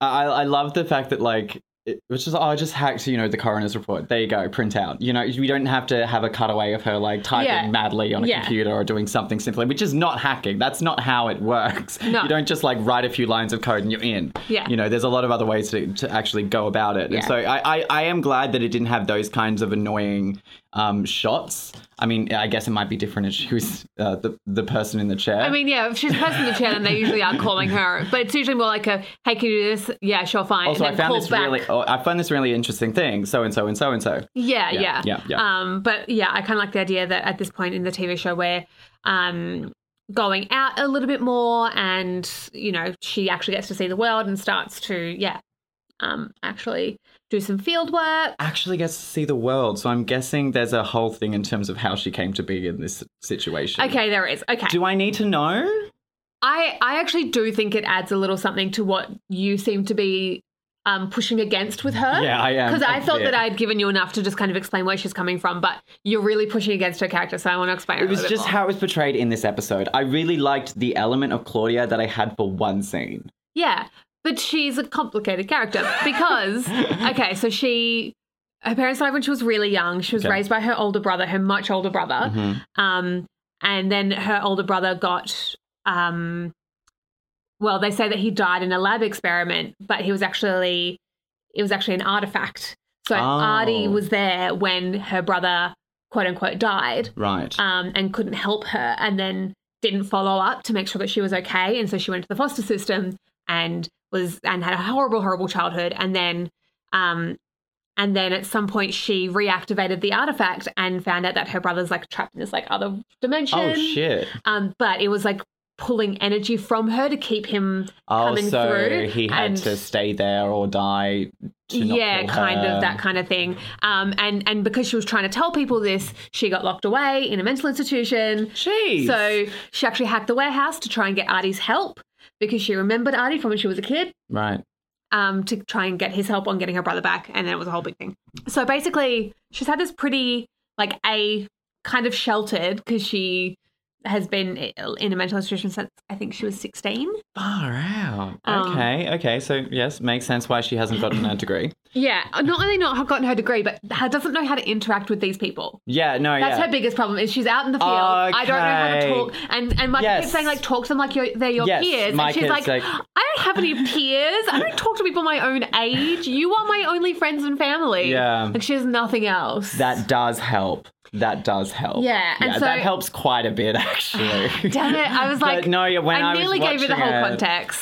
Speaker 3: I I love the fact that like it was just oh I just hacked you know the coroner's report. There you go, print out. You know we don't have to have a cutaway of her like typing
Speaker 2: Yeah.
Speaker 3: madly on a
Speaker 2: Yeah.
Speaker 3: computer or doing something simply, which is not hacking. That's not how it works.
Speaker 2: No.
Speaker 3: You don't just like write a few lines of code and you're in.
Speaker 2: Yeah.
Speaker 3: You know there's a lot of other ways to to actually go about it. And
Speaker 2: Yeah.
Speaker 3: so I, I I am glad that it didn't have those kinds of annoying um shots. I mean I guess it might be different if she was uh, the the person in the chair.
Speaker 2: I mean, yeah, if she's a person in the chair, then they usually are calling her. But it's usually more like a, hey, can you do this? Yeah, sure, fine.
Speaker 3: Also,
Speaker 2: and
Speaker 3: I
Speaker 2: then
Speaker 3: found
Speaker 2: call
Speaker 3: this
Speaker 2: back.
Speaker 3: really, oh, I found this really interesting thing. So and so and so and so.
Speaker 2: Yeah,
Speaker 3: Yeah,
Speaker 2: yeah,
Speaker 3: yeah, yeah.
Speaker 2: Um, but yeah, I kind of like the idea that at this point in the TV show, we're um, going out a little bit more, and you know, she actually gets to see the world and starts to yeah, um, actually do some field work.
Speaker 3: Actually, gets to see the world. So I'm guessing there's a whole thing in terms of how she came to be in this situation.
Speaker 2: Okay, there it is. Okay,
Speaker 3: Do I need to know?
Speaker 2: I I actually do think it adds a little something to what you seem to be. Um, pushing against with her.
Speaker 3: Yeah, I am
Speaker 2: Because I
Speaker 3: a
Speaker 2: thought
Speaker 3: bit.
Speaker 2: that I'd given you enough to just kind of explain where she's coming from, but you're really pushing against her character, so I want to explain
Speaker 3: It was
Speaker 2: a little bit
Speaker 3: just
Speaker 2: more.
Speaker 3: how it was portrayed in this episode. I really liked the element of Claudia that I had for one scene.
Speaker 2: Yeah, but she's a complicated character because okay, so she her parents died when she was really young. She was
Speaker 3: Okay. Mm-hmm.
Speaker 2: raised by her older brother, her much older brother, um, and then her older brother got um, well, they say that he died in a lab experiment, but he was actually it was actually an artifact. So
Speaker 3: Oh.
Speaker 2: Artie was there when her brother quote unquote died
Speaker 3: Right.
Speaker 2: um, and couldn't help her, and then didn't follow up to make sure that she was okay, and so she went to the foster system and was and had a horrible, horrible childhood, and then, um, and then at some point she reactivated the artifact and found out that her brother's like trapped in this like other dimension.
Speaker 3: oh shit.
Speaker 2: Um, but it was like pulling energy from her to keep him
Speaker 3: Oh,
Speaker 2: coming
Speaker 3: so
Speaker 2: through.
Speaker 3: he had
Speaker 2: and-
Speaker 3: to stay there or die. To not
Speaker 2: yeah
Speaker 3: kill
Speaker 2: kind
Speaker 3: her.
Speaker 2: of that kind of thing um and and because she was trying to tell people this she got locked away in a mental institution
Speaker 3: Jeez.
Speaker 2: so she actually hacked the warehouse to try and get artie's help because she remembered artie from when she was a kid
Speaker 3: Right.
Speaker 2: um to try and get his help on getting her brother back and then it was a whole big thing so basically she's had this pretty like a kind of sheltered because she has been in a mental institution since i think she was 16
Speaker 3: Far out.
Speaker 2: Um,
Speaker 3: okay. Okay. So yes, makes sense why she hasn't gotten a degree.
Speaker 2: yeah not only not have gotten her degree but ha- doesn't know how to interact with these people
Speaker 3: Yeah, no,
Speaker 2: That's
Speaker 3: yeah.
Speaker 2: her biggest problem is she's out in the field. I don't know how to
Speaker 3: Okay.
Speaker 2: talk. And and Micah
Speaker 3: Yes.
Speaker 2: keeps saying like talk to them like you're, they're your
Speaker 3: Yes,
Speaker 2: peers. And she's
Speaker 3: Micah's
Speaker 2: like,
Speaker 3: like-
Speaker 2: I don't have any peers. I don't talk to people my own age. You are my only friends and family.
Speaker 3: Yeah.
Speaker 2: Like she has nothing else.
Speaker 3: That does help. That does help.
Speaker 2: Yeah, and
Speaker 3: yeah,
Speaker 2: so-
Speaker 3: that helps quite a bit actually.
Speaker 2: Damn it! I was
Speaker 3: But
Speaker 2: like,
Speaker 3: no, yeah, when I,
Speaker 2: I
Speaker 3: was
Speaker 2: nearly gave you the
Speaker 3: watching
Speaker 2: whole context.
Speaker 3: it-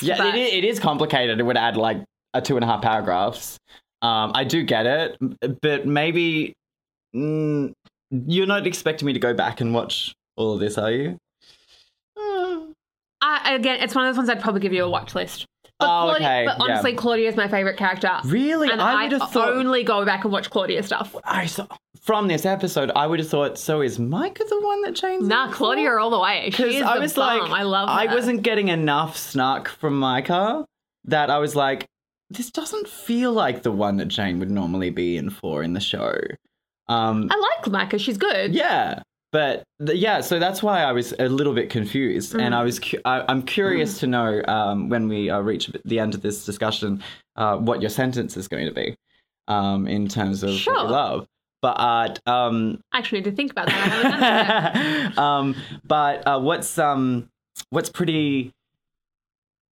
Speaker 3: Yeah,
Speaker 2: but
Speaker 3: it, is, it is complicated. It would add like a two and a half paragraphs. Um, I do get it, but maybe mm, you're not expecting me to go back and watch all of this, are you?
Speaker 2: I, again, it's one of those ones I'd probably give you a watch list. But,
Speaker 3: Oh,
Speaker 2: Claudia,
Speaker 3: okay,
Speaker 2: but
Speaker 3: yeah.
Speaker 2: honestly, Claudia is my favorite character.
Speaker 3: Really?
Speaker 2: And
Speaker 3: I
Speaker 2: I,
Speaker 3: would have thought-
Speaker 2: only go back and watch Claudia stuff.
Speaker 3: I saw, from this episode, I would have thought. So is Micah the one that changed?
Speaker 2: Nah,
Speaker 3: it?
Speaker 2: Claudia all the way. She
Speaker 3: Because
Speaker 2: is
Speaker 3: I
Speaker 2: the
Speaker 3: was
Speaker 2: bomb.
Speaker 3: like,
Speaker 2: I love. Her.
Speaker 3: I wasn't getting enough snark from Micah that I was like, this doesn't feel like the one that Jane would normally be in for in the show. Um,
Speaker 2: I like Micah. She's good.
Speaker 3: yeah, but th- yeah, so that's why I was a little bit confused,
Speaker 2: Mm.
Speaker 3: and I was cu- I, I'm curious to know um, when we uh, reach the end of this discussion uh, what your sentence is going to be um, in terms of what you
Speaker 2: Sure.
Speaker 3: love. But uh, um,
Speaker 2: I actually need to think about that. I haven't done that yet.
Speaker 3: um, but uh, what's um, what's pretty?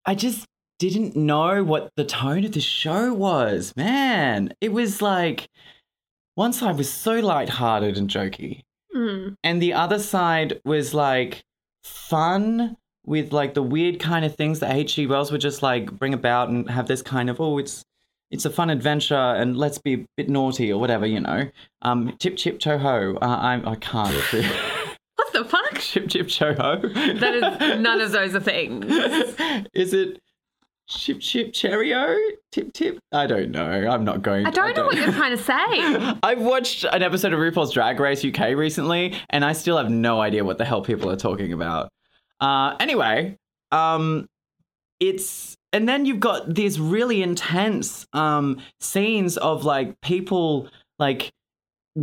Speaker 3: I just didn't know what the tone of the show was. Man, it was like one side was so lighthearted and jokey,
Speaker 2: Mm.
Speaker 3: and the other side was like fun with like the weird kind of things that H.G. Wells would just like bring about and have this kind of oh it's it's a fun adventure and let's be a bit naughty or whatever you know um tip chip toe ho uh, I I can't
Speaker 2: What the fuck?
Speaker 3: Chip Chip Cho Ho?
Speaker 2: That is none of those are things.
Speaker 3: is it Chip Chip Cheerio? Tip Tip? I don't know. I'm not going.
Speaker 2: I don't know what you're trying to say.
Speaker 3: I've watched an episode of RuPaul's Drag Race UK recently, and I still have no idea what the hell people are talking about. Uh, anyway, um, it's and then you've got these really intense um, scenes of like people like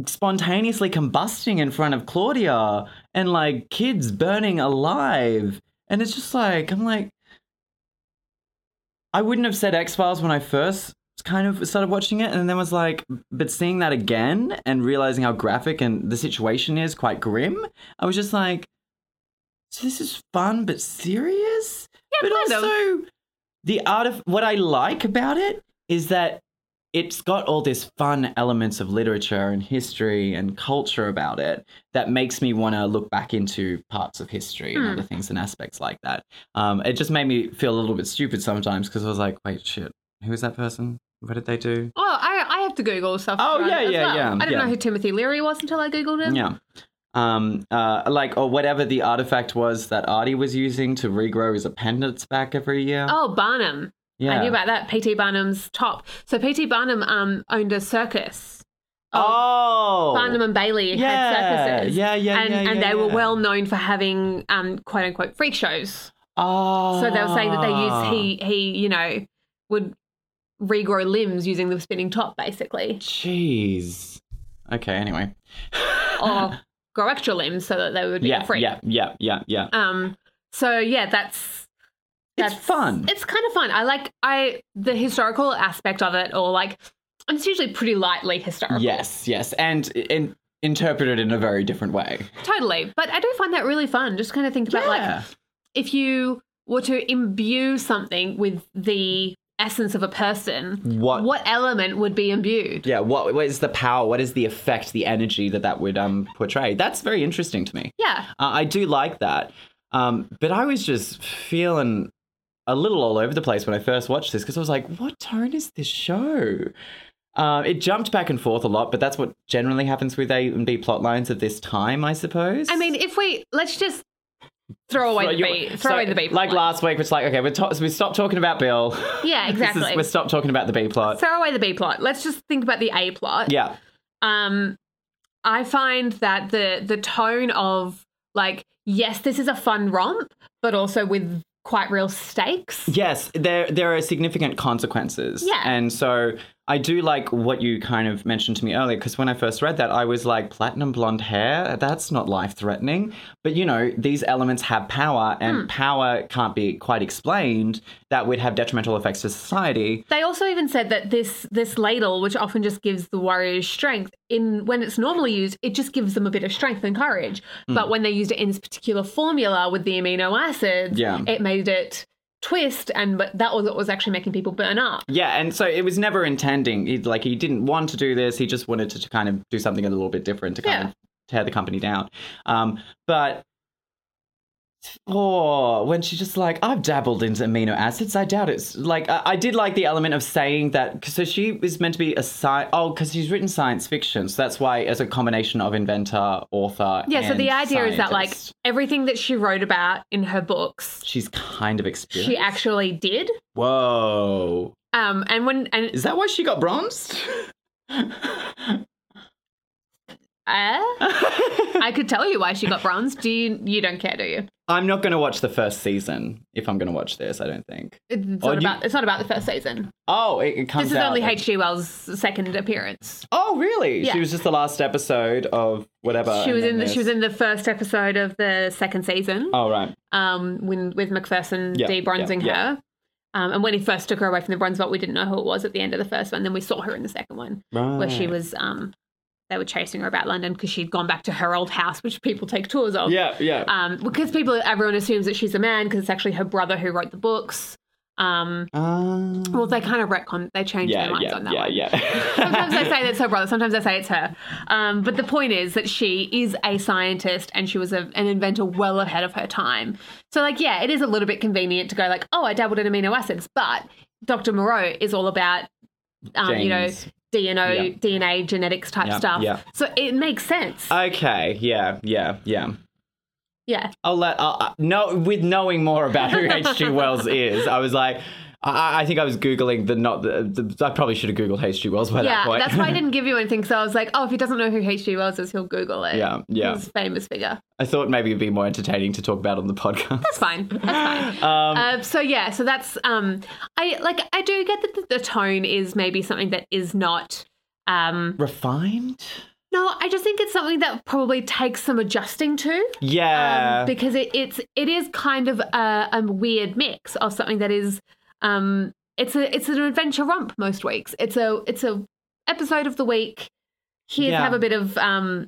Speaker 3: spontaneously combusting in front of Claudia and like kids burning alive, and it's just like I'm like. I wouldn't have said X Files when I first kind of started watching it, and then was like, but seeing that again and realizing how graphic and the situation is quite grim, I was just like, so this is fun but serious.
Speaker 2: Yeah,
Speaker 3: but
Speaker 2: kind of.
Speaker 3: also the art of what I like about it is that it's got all this fun elements of literature and history and culture about it that makes me want to look back into parts of history and
Speaker 2: Hmm.
Speaker 3: other things and aspects like that. Um, it just made me feel a little bit stupid sometimes because I was like, wait, shit, who is that person? What did they do?
Speaker 2: Oh, I, I have to Google stuff.
Speaker 3: Oh,
Speaker 2: for it
Speaker 3: yeah,
Speaker 2: as
Speaker 3: yeah,
Speaker 2: well.
Speaker 3: yeah,
Speaker 2: I didn't
Speaker 3: yeah.
Speaker 2: know who Timothy Leary was until I Googled him.
Speaker 3: Yeah. Um, uh, like, or whatever the artifact was that Artie was using to regrow his appendix back every year.
Speaker 2: Oh, Barnum.
Speaker 3: yeah.
Speaker 2: I knew about that. P.T. Barnum's top. So P.T. Barnum um, owned a circus.
Speaker 3: Oh.
Speaker 2: Barnum and Bailey had
Speaker 3: Yeah,
Speaker 2: circuses.
Speaker 3: yeah, yeah,
Speaker 2: And,
Speaker 3: yeah,
Speaker 2: and
Speaker 3: yeah,
Speaker 2: they were
Speaker 3: yeah.
Speaker 2: well known for having um, quote unquote freak shows.
Speaker 3: Oh.
Speaker 2: So they were saying that they used,
Speaker 3: Ah.
Speaker 2: he, he, you know, would regrow limbs using the spinning top, basically,
Speaker 3: Jeez. Okay, anyway.
Speaker 2: or grow extra limbs so that they would be
Speaker 3: Yeah,
Speaker 2: a freak.
Speaker 3: yeah, yeah, yeah, yeah.
Speaker 2: Um, so yeah, that's
Speaker 3: It's fun.
Speaker 2: It's kind of fun. I like I the historical aspect of it, or like it's usually pretty lightly historical.
Speaker 3: Yes, yes. And, and interpreted in a very different way.
Speaker 2: totally. But I do find that really fun. Just kind of think about like if you were to imbue something with the essence of a person,
Speaker 3: What-
Speaker 2: what element would be imbued?
Speaker 3: Yeah, what, what is the power? What is the effect, the energy that that would um, portray? That's very interesting to me.
Speaker 2: Yeah.
Speaker 3: Uh, I do like that. Um, but I was just feeling a little all over the place when I first watched this because I was like, what tone is this show? Uh, it jumped back and forth a lot, but that's what generally happens with A and B plot lines of this time, I suppose.
Speaker 2: I mean, if we let's just throw away
Speaker 3: So
Speaker 2: the
Speaker 3: you-
Speaker 2: beat, throw
Speaker 3: so,
Speaker 2: away the beat.
Speaker 3: Like last week, it's like, okay, we're to- we stopped talking about Bill.
Speaker 2: Yeah,
Speaker 3: This is-
Speaker 2: exactly.
Speaker 3: we stopped talking about the B plot.
Speaker 2: Throw away the B plot. Let's just think about the A plot.
Speaker 3: yeah.
Speaker 2: um i find that the the tone of like yes this is a fun romp but also with quite real stakes
Speaker 3: Yes, there there are significant consequences.
Speaker 2: Yeah.
Speaker 3: And so I do like what you kind of mentioned to me earlier because when I first read that I was like platinum blonde hair, that's not life-threatening, but you know, these elements have power and
Speaker 2: Hmm.
Speaker 3: power can't be quite explained that would have detrimental effects to society.
Speaker 2: they also even said that this this ladle which often just gives the warriors strength in when it's normally used it just gives them a bit of strength and courage
Speaker 3: Hmm.
Speaker 2: but when they used it in this particular formula with the amino acids
Speaker 3: Yeah.
Speaker 2: it made it twist and but that was what was actually making people burn up
Speaker 3: Yeah, and so it was never intending. He, like he didn't want to do this. He just wanted to, to kind of do something a little bit different to kind
Speaker 2: Yeah.
Speaker 3: of tear the company down. Um, but oh, when she's just like, I've dabbled into amino acids. I doubt it's like I, I did like the element of saying that. So she is meant to be a sci. Oh, because she's written science fiction, so that's why as a combination of inventor, author.
Speaker 2: yeah so
Speaker 3: and
Speaker 2: the idea is that like
Speaker 3: scientist.
Speaker 2: everything that she wrote about in her books
Speaker 3: she's kind of experienced.
Speaker 2: she actually did
Speaker 3: Whoa.
Speaker 2: Um, and when and
Speaker 3: Is that why she got bronzed?
Speaker 2: uh, I could tell you why she got bronze. Do you? You don't care, do you?
Speaker 3: I'm not going to watch the first season if I'm going to watch this. I don't think.
Speaker 2: It's not
Speaker 3: Oh, you-
Speaker 2: about. It's not about the first season.
Speaker 3: Oh, it, it comes
Speaker 2: This is
Speaker 3: out
Speaker 2: only
Speaker 3: like-
Speaker 2: H.G. Wells' second appearance.
Speaker 3: Oh, really?
Speaker 2: Yeah.
Speaker 3: She was just the last episode of whatever.
Speaker 2: she
Speaker 3: and
Speaker 2: was
Speaker 3: then
Speaker 2: in. The,
Speaker 3: this.
Speaker 2: she was in the first episode of the second season.
Speaker 3: Oh right.
Speaker 2: Um, when with McPherson
Speaker 3: Yeah,
Speaker 2: debronzing
Speaker 3: yeah, yeah.
Speaker 2: her. Um, and when he first took her away from the bronze vault, we didn't know who it was at the end of the first one. Then we saw her in the second one,
Speaker 3: Right.
Speaker 2: where she was. Um, they were chasing her about London because she'd gone back to her old house, which people take tours of.
Speaker 3: Yeah, yeah.
Speaker 2: um, because people everyone assumes that she's a man because it's actually her brother who wrote the books. Um,
Speaker 3: Um,
Speaker 2: well, they kind of retcon, they change
Speaker 3: yeah,
Speaker 2: their minds
Speaker 3: yeah,
Speaker 2: on that
Speaker 3: yeah,
Speaker 2: one.
Speaker 3: yeah.
Speaker 2: Sometimes they say that's her brother. Sometimes they say it's her. Um, but the point is that she is a scientist and she was a, an inventor well ahead of her time. So, like, yeah, it is a little bit convenient to go like, oh, I dabbled in amino acids, but Dr. Moreau is all about, um, you know,
Speaker 3: Genes.
Speaker 2: DNA,
Speaker 3: Yeah.
Speaker 2: DNA genetics type
Speaker 3: Yeah, Uh,
Speaker 2: stuff.
Speaker 3: yeah.
Speaker 2: So it makes sense.
Speaker 3: okay. Yeah, yeah, yeah.
Speaker 2: Yeah.
Speaker 3: I'll let. I'll, I- no, with knowing more about who H.G. Wells is, I was like, I, I think I was googling the not. The, the, I probably should have googled H.G. Wells by that
Speaker 2: yeah.
Speaker 3: point.
Speaker 2: That's why I didn't give you anything. So I was like, oh, if he doesn't know who H.G. Wells is, he'll Google it.
Speaker 3: Yeah, yeah.
Speaker 2: He's a famous figure.
Speaker 3: I thought maybe it'd be more entertaining to talk about on the podcast.
Speaker 2: That's fine. That's fine.
Speaker 3: Um,
Speaker 2: Uh, so yeah, so that's um, I like I do get that the- the tone is maybe something that is not um,
Speaker 3: refined.
Speaker 2: no, I just think it's something that probably takes some adjusting to
Speaker 3: Yeah.
Speaker 2: um, because it, it's it is kind of a, a weird mix of something that is um, it's a it's an adventure romp most weeks. It's a it's a episode of the week. Here's
Speaker 3: Yeah.
Speaker 2: have a bit of um,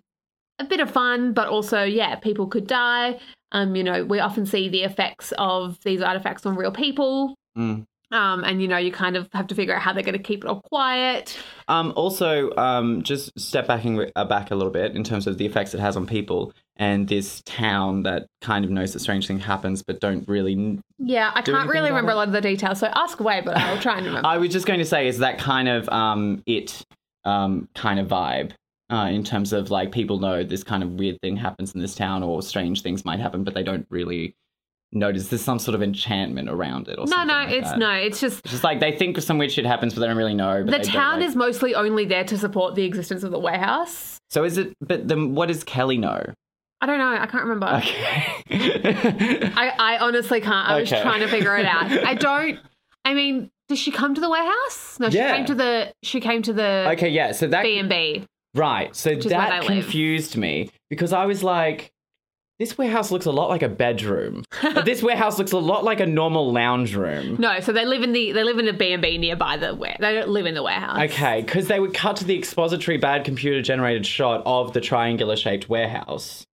Speaker 2: a bit of fun, but also yeah, people could die. Um, you know, we often see the effects of these artifacts on real people.
Speaker 3: Mm.
Speaker 2: Um, and you know, you kind of have to figure out how they're going to keep it all quiet.
Speaker 3: Um, also, um, just step backing uh, back a little bit in terms of the effects it has on people and this town that kind of knows that strange thing happens but don't really. kn-
Speaker 2: Yeah, I
Speaker 3: Do
Speaker 2: can't
Speaker 3: anything
Speaker 2: really
Speaker 3: about
Speaker 2: remember
Speaker 3: it?
Speaker 2: a lot of the details, so ask away, but I'll try and remember.
Speaker 3: I was just going to say is that kind of um, it um, kind of vibe uh, in terms of like people know this kind of weird thing happens in this town or strange things might happen but they don't really notice there's some sort of enchantment around it or
Speaker 2: no,
Speaker 3: something
Speaker 2: no,
Speaker 3: like
Speaker 2: it's
Speaker 3: that.
Speaker 2: no, it's just
Speaker 3: It's just like they think some weird shit happens but they don't really know. But
Speaker 2: the
Speaker 3: they don't,
Speaker 2: town
Speaker 3: like-
Speaker 2: is mostly only there to support the existence of the warehouse.
Speaker 3: So is it? But then what does Kelly know?
Speaker 2: I don't know. I can't remember.
Speaker 3: Okay.
Speaker 2: I, I honestly can't. I was
Speaker 3: Okay.
Speaker 2: trying to figure it out. I don't. I mean, does she come to the warehouse? No, she
Speaker 3: Yeah.
Speaker 2: came to the. She came to the
Speaker 3: okay, yeah. So that
Speaker 2: B and B.
Speaker 3: right. So
Speaker 2: is where
Speaker 3: that
Speaker 2: they live.
Speaker 3: confused me because I was like, this warehouse looks a lot like a bedroom. but this warehouse looks a lot like a normal lounge room.
Speaker 2: No, so they live in the. They live in a B and B nearby the where. They don't live in the warehouse.
Speaker 3: Okay, because they would cut to the expository bad computer generated shot of the triangular shaped warehouse.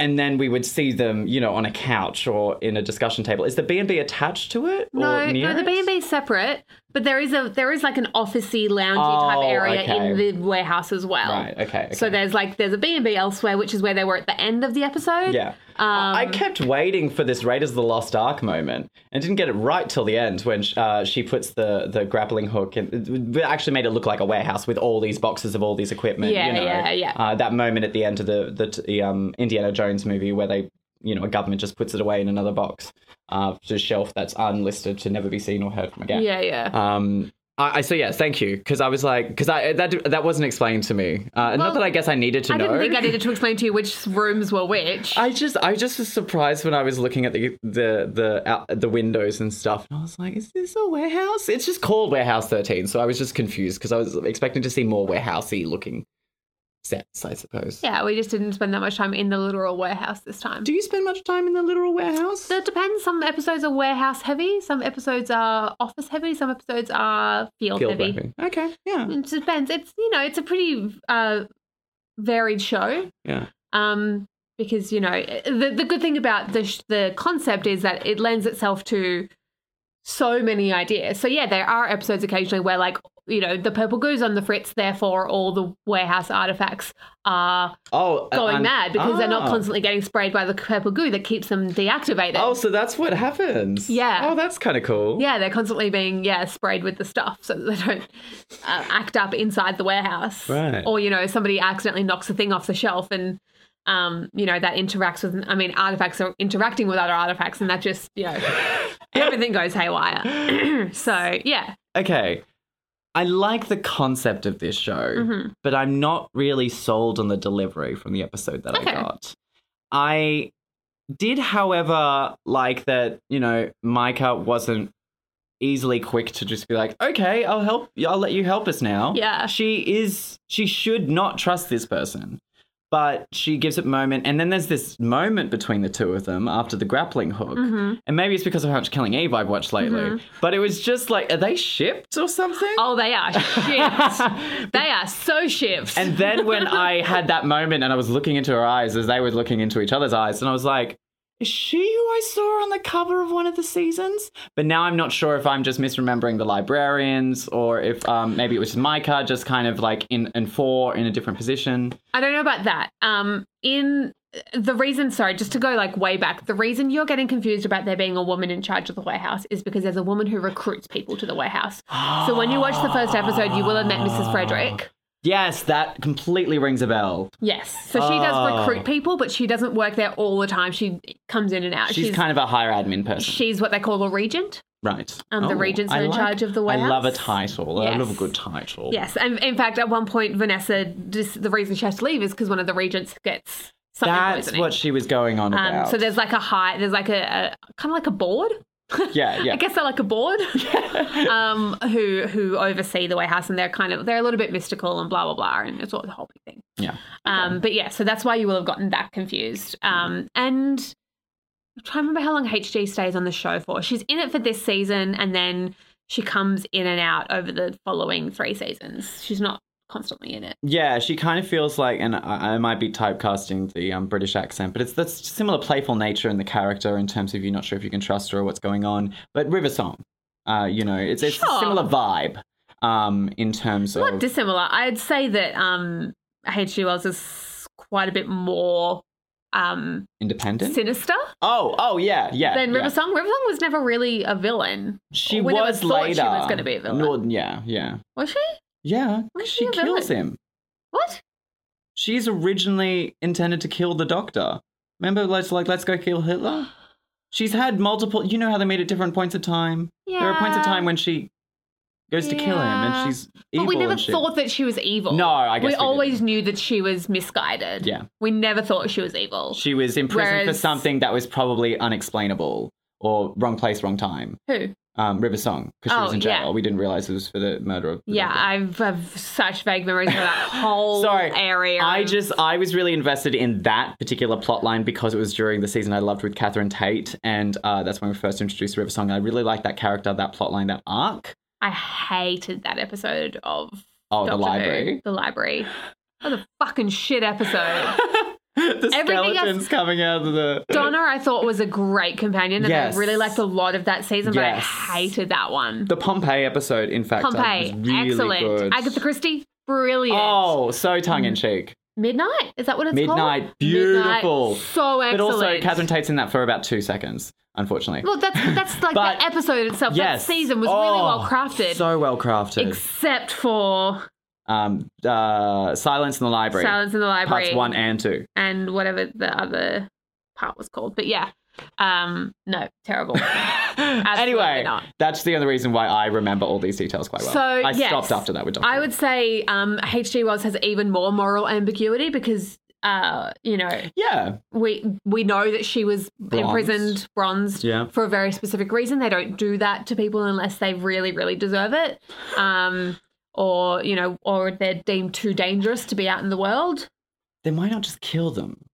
Speaker 3: And then we would see them, you know, on a couch or in a discussion table. Is the B&B attached to it?
Speaker 2: No,
Speaker 3: or near
Speaker 2: no, the
Speaker 3: it?
Speaker 2: B and B is separate, but there is a there is like an officey, loungy type
Speaker 3: Oh,
Speaker 2: area
Speaker 3: okay.
Speaker 2: in the warehouse as well.
Speaker 3: Right, okay, okay.
Speaker 2: So there's like there's a B and B elsewhere, which is where they were at the end of the episode.
Speaker 3: Yeah.
Speaker 2: Um,
Speaker 3: I kept waiting for this Raiders of the Lost Ark moment and didn't get it right till the end when uh, she puts the, the grappling hook and it actually made it look like a warehouse with all these boxes of all these equipment.
Speaker 2: Yeah,
Speaker 3: you know.
Speaker 2: yeah, yeah.
Speaker 3: Uh, that moment at the end of the, the, the um, Indiana Jones movie where they, you know, a government just puts it away in another box, uh, to a shelf that's unlisted to never be seen or heard from again.
Speaker 2: Yeah, yeah.
Speaker 3: Um, I, I so yeah, thank you because I was like because I that that wasn't explained to me. Uh,
Speaker 2: Well,
Speaker 3: not that I guess I needed to
Speaker 2: I
Speaker 3: know.
Speaker 2: didn't think I needed to explain to you which rooms were which.
Speaker 3: I just I just was surprised when I was looking at the the the out, the windows and stuff, and I was like, "Is this a warehouse?" It's just called Warehouse Thirteen, so I was just confused because I was expecting to see more warehousey looking sets, I suppose.
Speaker 2: yeah, we just didn't spend that much time in the literal warehouse this time.
Speaker 3: Do you spend much time in the literal warehouse?
Speaker 2: so it depends. Some episodes are warehouse heavy, some episodes are office heavy, some episodes are field,
Speaker 3: Field
Speaker 2: heavy. Mm.
Speaker 3: wrapping. Okay, yeah,
Speaker 2: It depends. It's you know, it's a pretty uh, varied show.
Speaker 3: yeah.
Speaker 2: Um, because you know, eh, the the good thing about the sh- the concept is that it lends itself to so many ideas. So yeah, there are episodes occasionally where like you know the purple goo's on the fritz. Therefore, all the warehouse artifacts are
Speaker 3: Oh,
Speaker 2: going
Speaker 3: and-
Speaker 2: mad because they're not
Speaker 3: Ah.
Speaker 2: constantly getting sprayed by the purple goo that keeps them deactivated.
Speaker 3: Oh, so that's what happens.
Speaker 2: Yeah.
Speaker 3: Oh, that's kind of cool.
Speaker 2: Yeah, they're constantly being yeah sprayed with the stuff so that they don't uh, act up inside the warehouse.
Speaker 3: Right.
Speaker 2: Or you know somebody accidentally knocks a thing off the shelf and um you know that interacts with I mean artifacts are interacting with other artifacts and that just you know everything goes haywire. so yeah,
Speaker 3: okay. I like the concept of this show,
Speaker 2: Mm-hmm.
Speaker 3: but I'm not really sold on the delivery from the episode that
Speaker 2: Okay.
Speaker 3: I got. I did, however, like that, you know, Micah wasn't easily quick to just be like, okay, I'll help, I'll let you help us now.
Speaker 2: Yeah.
Speaker 3: She is, she should not trust this person, but she gives it moment. And then there's this moment between the two of them after the grappling hook.
Speaker 2: Mm-hmm.
Speaker 3: And maybe it's because of how much Killing Eve I've watched lately, but it was just like, are they shipped or something?
Speaker 2: oh they are shipped. they are so shipped.
Speaker 3: And then when I had that moment and I was looking into her eyes as they were looking into each other's eyes, and I was like, is she who I saw on the cover of one of the seasons? But now I'm not sure if I'm just misremembering the librarians or if um, maybe it was Micah just kind of like in and four in a different position.
Speaker 2: I don't know about that. Um, in the reason, sorry, just to go like way back, the reason you're getting confused about there being a woman in charge of the warehouse is because there's a woman who recruits people to the warehouse. So when you watch the first episode, you will have met Mrs. Frederick.
Speaker 3: Yes, that completely rings a bell.
Speaker 2: Yes. So she does
Speaker 3: Oh.
Speaker 2: recruit people, but she doesn't work there all the time. She comes in and out.
Speaker 3: She's, kind of a higher admin person.
Speaker 2: she's what they call a regent.
Speaker 3: right.
Speaker 2: Um, the
Speaker 3: Oh,
Speaker 2: regents
Speaker 3: I
Speaker 2: are in
Speaker 3: like-
Speaker 2: charge of the
Speaker 3: I
Speaker 2: warehouse.
Speaker 3: love a title. I
Speaker 2: Yes.
Speaker 3: love a good title.
Speaker 2: Yes, and in fact, at one point, Vanessa, dis the reason she has to leave is because one of the regents gets something
Speaker 3: That's
Speaker 2: poisoning.
Speaker 3: what she was going on
Speaker 2: um,
Speaker 3: about.
Speaker 2: so there's like a high, there's like a, a kind of like a board.
Speaker 3: yeah, yeah.
Speaker 2: I guess they're like a board um, who who oversee the warehouse, and they're kind of they're a little bit mystical and blah blah blah, and it's all the whole big thing.
Speaker 3: yeah.
Speaker 2: Um, but yeah, so that's why you will have gotten that confused. Um, and I'm trying to remember how long HG stays on the show for. She's in it for this season, and then she comes in and out over the following three seasons. She's not constantly in it.
Speaker 3: Yeah, she kind of feels like, and I, I might be typecasting the um, British accent, but it's that similar playful nature in the character in terms of you're not sure if you can trust her or what's going on. But River Song, uh, you know, it's, it's a
Speaker 2: Sure.
Speaker 3: similar vibe um, in terms
Speaker 2: It's not
Speaker 3: of.
Speaker 2: dissimilar. I'd say that um, H.G. Wells is quite a bit more um,
Speaker 3: Independent?
Speaker 2: sinister
Speaker 3: oh, oh, yeah, yeah.
Speaker 2: than River
Speaker 3: yeah.
Speaker 2: Song. River Song was never really a villain,
Speaker 3: She
Speaker 2: We never
Speaker 3: was
Speaker 2: thought she
Speaker 3: later.
Speaker 2: was gonna be a villain.
Speaker 3: No, yeah, yeah.
Speaker 2: was she?
Speaker 3: Yeah,
Speaker 2: Why is she
Speaker 3: she
Speaker 2: a
Speaker 3: kills
Speaker 2: villain?
Speaker 3: him.
Speaker 2: What?
Speaker 3: She's originally intended to kill the doctor. Remember, let's like let's go kill Hitler. She's had multiple. You know how they made at different points of time. There are points of
Speaker 2: Yeah.
Speaker 3: time when she goes to kill him,
Speaker 2: Yeah.
Speaker 3: and she's evil.
Speaker 2: but we never
Speaker 3: and shit.
Speaker 2: thought that she was evil.
Speaker 3: No, I guess we
Speaker 2: we,
Speaker 3: didn't.
Speaker 2: always knew that she was misguided.
Speaker 3: Yeah.
Speaker 2: we never thought she was evil.
Speaker 3: she was imprisoned for
Speaker 2: Whereas-
Speaker 3: something that was probably unexplainable or wrong place, wrong time.
Speaker 2: Who?
Speaker 3: Um, River Song because she
Speaker 2: Oh,
Speaker 3: was in
Speaker 2: yeah.
Speaker 3: jail. We didn't realize it was for the murder of. The
Speaker 2: Yeah,
Speaker 3: doctor.
Speaker 2: I've have such vague memories of that whole
Speaker 3: Sorry,
Speaker 2: area.
Speaker 3: I
Speaker 2: of-
Speaker 3: just I was really invested in that particular plot line because it was during the season I loved with Catherine Tate, and uh, that's when we first introduced River Song. I really liked that character, that plot line, that arc.
Speaker 2: I hated that episode of
Speaker 3: Oh, the
Speaker 2: Doctor Who,
Speaker 3: library.
Speaker 2: the library. That was a fucking shit episode.
Speaker 3: the
Speaker 2: Everything else-
Speaker 3: skeletons coming out of the.
Speaker 2: Donna, I thought was a great companion, and
Speaker 3: Yes.
Speaker 2: I really liked a lot of that season, but
Speaker 3: Yes.
Speaker 2: I hated that one.
Speaker 3: The Pompeii episode, in fact,
Speaker 2: Pompeii,
Speaker 3: uh, was really
Speaker 2: excellent.
Speaker 3: good.
Speaker 2: Agatha Christie, brilliant.
Speaker 3: Oh,
Speaker 2: Mm-hmm.
Speaker 3: so tongue in cheek.
Speaker 2: Midnight, is that what it's called?
Speaker 3: Midnight, beautiful.
Speaker 2: Midnight, so excellent.
Speaker 3: But also, Catherine Tate's in that for about two seconds, unfortunately.
Speaker 2: Well, that's but that's like
Speaker 3: But-
Speaker 2: the episode itself.
Speaker 3: yes.
Speaker 2: That season was really
Speaker 3: Oh,
Speaker 2: well crafted,
Speaker 3: So well crafted.
Speaker 2: except for
Speaker 3: um, uh, Silence in the Library.
Speaker 2: Silence in the Library
Speaker 3: Parts one and two.
Speaker 2: and whatever the other part was called. But yeah, um, no, terrible.
Speaker 3: anyway,
Speaker 2: not.
Speaker 3: that's the only reason why I remember all these details quite well.
Speaker 2: So,
Speaker 3: I
Speaker 2: yes.
Speaker 3: stopped after that with Doctor.
Speaker 2: I would say um, H.G. Wells has even more moral ambiguity because, uh, you know,
Speaker 3: Yeah.
Speaker 2: we we know that she was
Speaker 3: Bronzed.
Speaker 2: imprisoned, bronzed
Speaker 3: Yeah.
Speaker 2: for a very specific reason. They don't do that to people unless they really, really deserve it, um, or you know, or they're deemed too dangerous to be out in the world
Speaker 3: Then why not just kill them?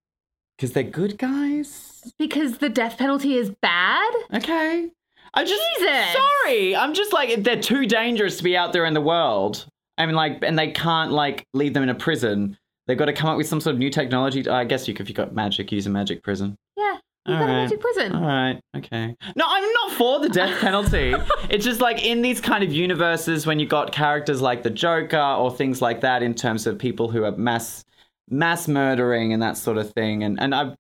Speaker 3: Because they're good guys?
Speaker 2: because the death penalty is bad.
Speaker 3: Okay. I'm just
Speaker 2: Jesus.
Speaker 3: sorry. I'm just like they're too dangerous to be out there in the world. I mean, like, and they can't like leave them in a prison. They've got to come up with some sort of new technology. I guess you, could- if you got magic, use a magic prison.
Speaker 2: Yeah, you
Speaker 3: All
Speaker 2: gotta
Speaker 3: right.
Speaker 2: go to prison.
Speaker 3: All right. Okay. No, I'm not for the death penalty. it's just like in these kind of universes when you got characters like the Joker or things like that in terms of people who are mass mass murdering and that sort of thing. And and I've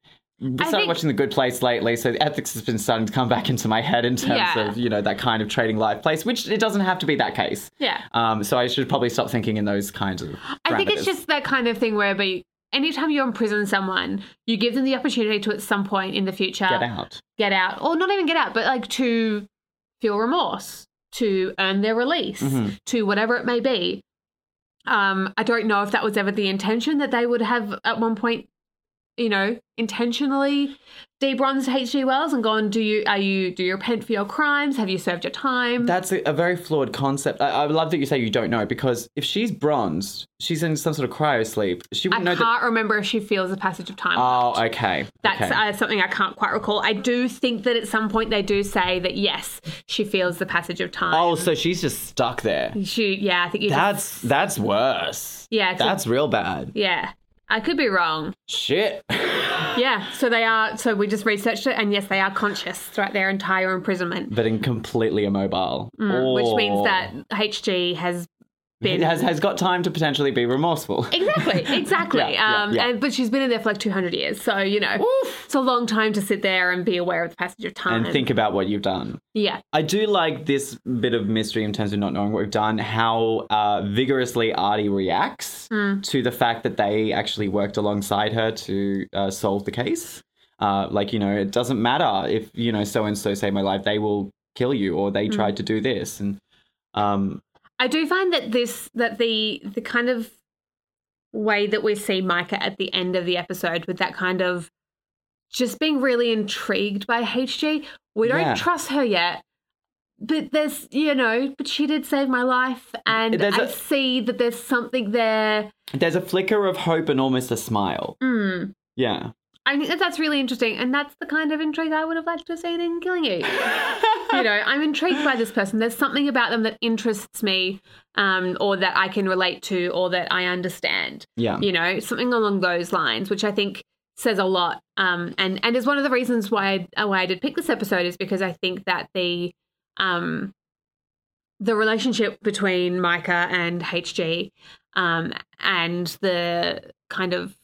Speaker 3: started
Speaker 2: think-
Speaker 3: watching The Good Place lately, so ethics has been starting to come back into my head in terms
Speaker 2: Yeah.
Speaker 3: of you know that kind of trading life place, which it doesn't have to be that case.
Speaker 2: Yeah,
Speaker 3: Um, so I should probably stop thinking in those kinds of.
Speaker 2: I think it's
Speaker 3: parameters.
Speaker 2: just that kind of thing where be. Anytime you imprison someone, you give them the opportunity to, at some point in the future,
Speaker 3: get out.
Speaker 2: get out, or not even get out, but like to feel remorse, to earn their release,
Speaker 3: Mhm.
Speaker 2: to whatever it may be. Um, I don't know if that was ever the intention that they would have at one point, you know, intentionally debronzed H.G. Wells and gone, do you are you do you repent for your crimes? Have you served your time?
Speaker 3: That's a, a very flawed concept. I, I love that you say you don't know because if she's bronzed, she's in some sort of cryo sleep. She
Speaker 2: I
Speaker 3: wouldn't know
Speaker 2: can't remember if she feels the passage of time.
Speaker 3: that. Oh, okay.
Speaker 2: That's
Speaker 3: okay.
Speaker 2: uh, something I can't quite recall. I do think that at some point they do say that yes, she feels the passage of time.
Speaker 3: oh, so she's just stuck there.
Speaker 2: she yeah, I think you just-
Speaker 3: That's that's worse.
Speaker 2: Yeah, it's a-
Speaker 3: that's real bad.
Speaker 2: Yeah. I could be wrong.
Speaker 3: Shit.
Speaker 2: Yeah. So they are, so we just researched it, and yes, they are conscious throughout their entire imprisonment,
Speaker 3: but in completely immobile,
Speaker 2: Mm, which
Speaker 3: Or-
Speaker 2: means that HG has been
Speaker 3: Oh. has has got time to potentially be remorseful.
Speaker 2: Exactly, exactly.
Speaker 3: Yeah, yeah,
Speaker 2: um,
Speaker 3: yeah.
Speaker 2: And, but she's been in there for like 200 years. So, you know, it's a long time to sit there and be aware of the passage of time.
Speaker 3: And think about what you've done.
Speaker 2: yeah.
Speaker 3: I do like this bit of mystery in terms of not knowing what we've done, how uh, vigorously Artie reacts
Speaker 2: mm.
Speaker 3: to the fact that they actually worked alongside her to uh, solve the case. Uh, like, you know, it doesn't matter if, you know, so and so saved my life, they will kill you or
Speaker 2: Mm.
Speaker 3: they tried to do this. And um,
Speaker 2: I do find that this, that the, the kind of way that we see Micah at the end of the episode with that kind of just being really intrigued by HG. We don't
Speaker 3: Yeah.
Speaker 2: trust her yet. But there's, you know, but she did save my life. And
Speaker 3: There's
Speaker 2: I
Speaker 3: a-
Speaker 2: see that there's something there.
Speaker 3: there's a flicker of hope and almost a smile.
Speaker 2: Mm.
Speaker 3: Yeah.
Speaker 2: I think that that's really interesting, and that's the kind of intrigue I would have liked to have seen in Killing You. you know, I'm intrigued by this person. There's something about them that interests me, um, or that I can relate to, or that I understand.
Speaker 3: Yeah.
Speaker 2: You know, something along those lines, which I think says a lot, um, and and is one of the reasons why I, why I did pick this episode is because I think that the um, the relationship between Micah and HG, um, and the kind of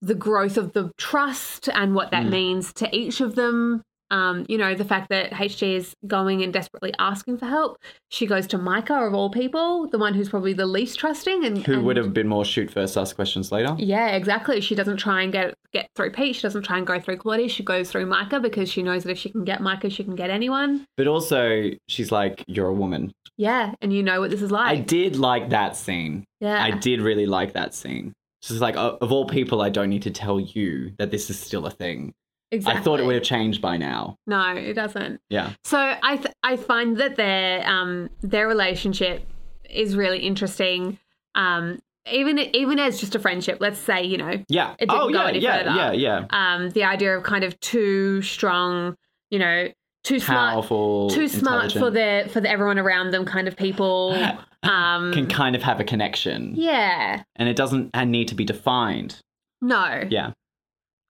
Speaker 2: the growth of the trust and what
Speaker 3: Hmm.
Speaker 2: that means to each of them. Um, you know, the fact that HG is going and desperately asking for help. She goes to Micah, of all people, the one who's probably the least trusting and
Speaker 3: Who
Speaker 2: and-
Speaker 3: would have been more shoot first, ask questions later?
Speaker 2: yeah, exactly. She doesn't try and get get through Pete. She doesn't try and go through Claudia. She goes through Micah because she knows that if she can get Micah, she can get anyone.
Speaker 3: But also, she's like, you're a woman.
Speaker 2: Yeah, and you know what this is
Speaker 3: I
Speaker 2: like.
Speaker 3: did like that scene.
Speaker 2: yeah,
Speaker 3: I did really like that scene. She's like, "Oh, of all people, I don't need to tell you that this is still a thing.
Speaker 2: exactly.
Speaker 3: I thought it would have changed by now.
Speaker 2: No, it doesn't.
Speaker 3: Yeah.
Speaker 2: So I th- I find that their um their relationship is really interesting. Um, even even as just a friendship, let's say you know
Speaker 3: Yeah.
Speaker 2: It didn't go
Speaker 3: oh, yeah,
Speaker 2: any
Speaker 3: yeah,
Speaker 2: further.
Speaker 3: yeah, yeah.
Speaker 2: um the idea of kind of too strong, you know, too smart,
Speaker 3: Powerful.
Speaker 2: too smart for
Speaker 3: intelligent,
Speaker 2: the for the everyone around them kind of people. Um,
Speaker 3: Can kind of have a connection.
Speaker 2: yeah.
Speaker 3: And it doesn't and need to be defined.
Speaker 2: No.
Speaker 3: Yeah.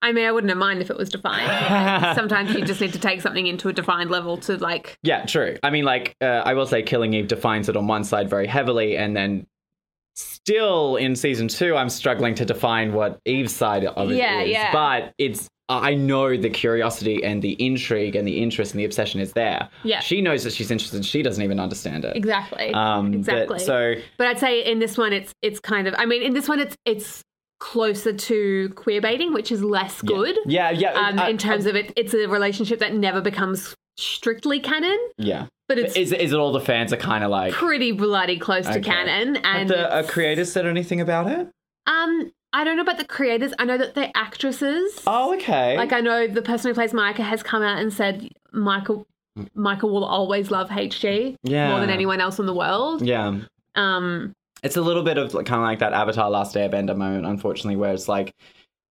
Speaker 2: I mean, I wouldn't have mind if it was defined. Sometimes you just need to take something into a defined level to like
Speaker 3: Yeah, true. I mean, like, uh, I will say Killing Eve defines it on one side very heavily, and then still in season two, I'm struggling to define what Eve's side of it is.
Speaker 2: Yeah, yeah.
Speaker 3: But it's, I know the curiosity and the intrigue and the interest and the obsession is there.
Speaker 2: Yeah.
Speaker 3: She knows that she's interested, she doesn't even understand it.
Speaker 2: exactly.
Speaker 3: Um, but-
Speaker 2: exactly.
Speaker 3: so,
Speaker 2: But I'd say in this one, it's it's kind of. I mean, in this one, it's it's closer to queer baiting, which is less good.
Speaker 3: yeah, yeah.
Speaker 2: Um,
Speaker 3: I-
Speaker 2: in terms of it, it's a relationship that never becomes strictly canon,
Speaker 3: yeah.
Speaker 2: but it's
Speaker 3: Is, is it all the fans are kind of like.
Speaker 2: pretty bloody close
Speaker 3: Okay.
Speaker 2: to canon.
Speaker 3: Have
Speaker 2: And
Speaker 3: the uh,
Speaker 2: it's-
Speaker 3: creators said anything about it?
Speaker 2: Um, I don't know about the creators. I know that they're actresses.
Speaker 3: Oh, okay.
Speaker 2: Like I know the person who plays Micah has come out and said Michael Michael will always love HG more
Speaker 3: Yeah.
Speaker 2: than anyone else in the world.
Speaker 3: yeah.
Speaker 2: Um,
Speaker 3: It's a little bit of kind of like that Avatar Last Airbender moment, unfortunately, where it's like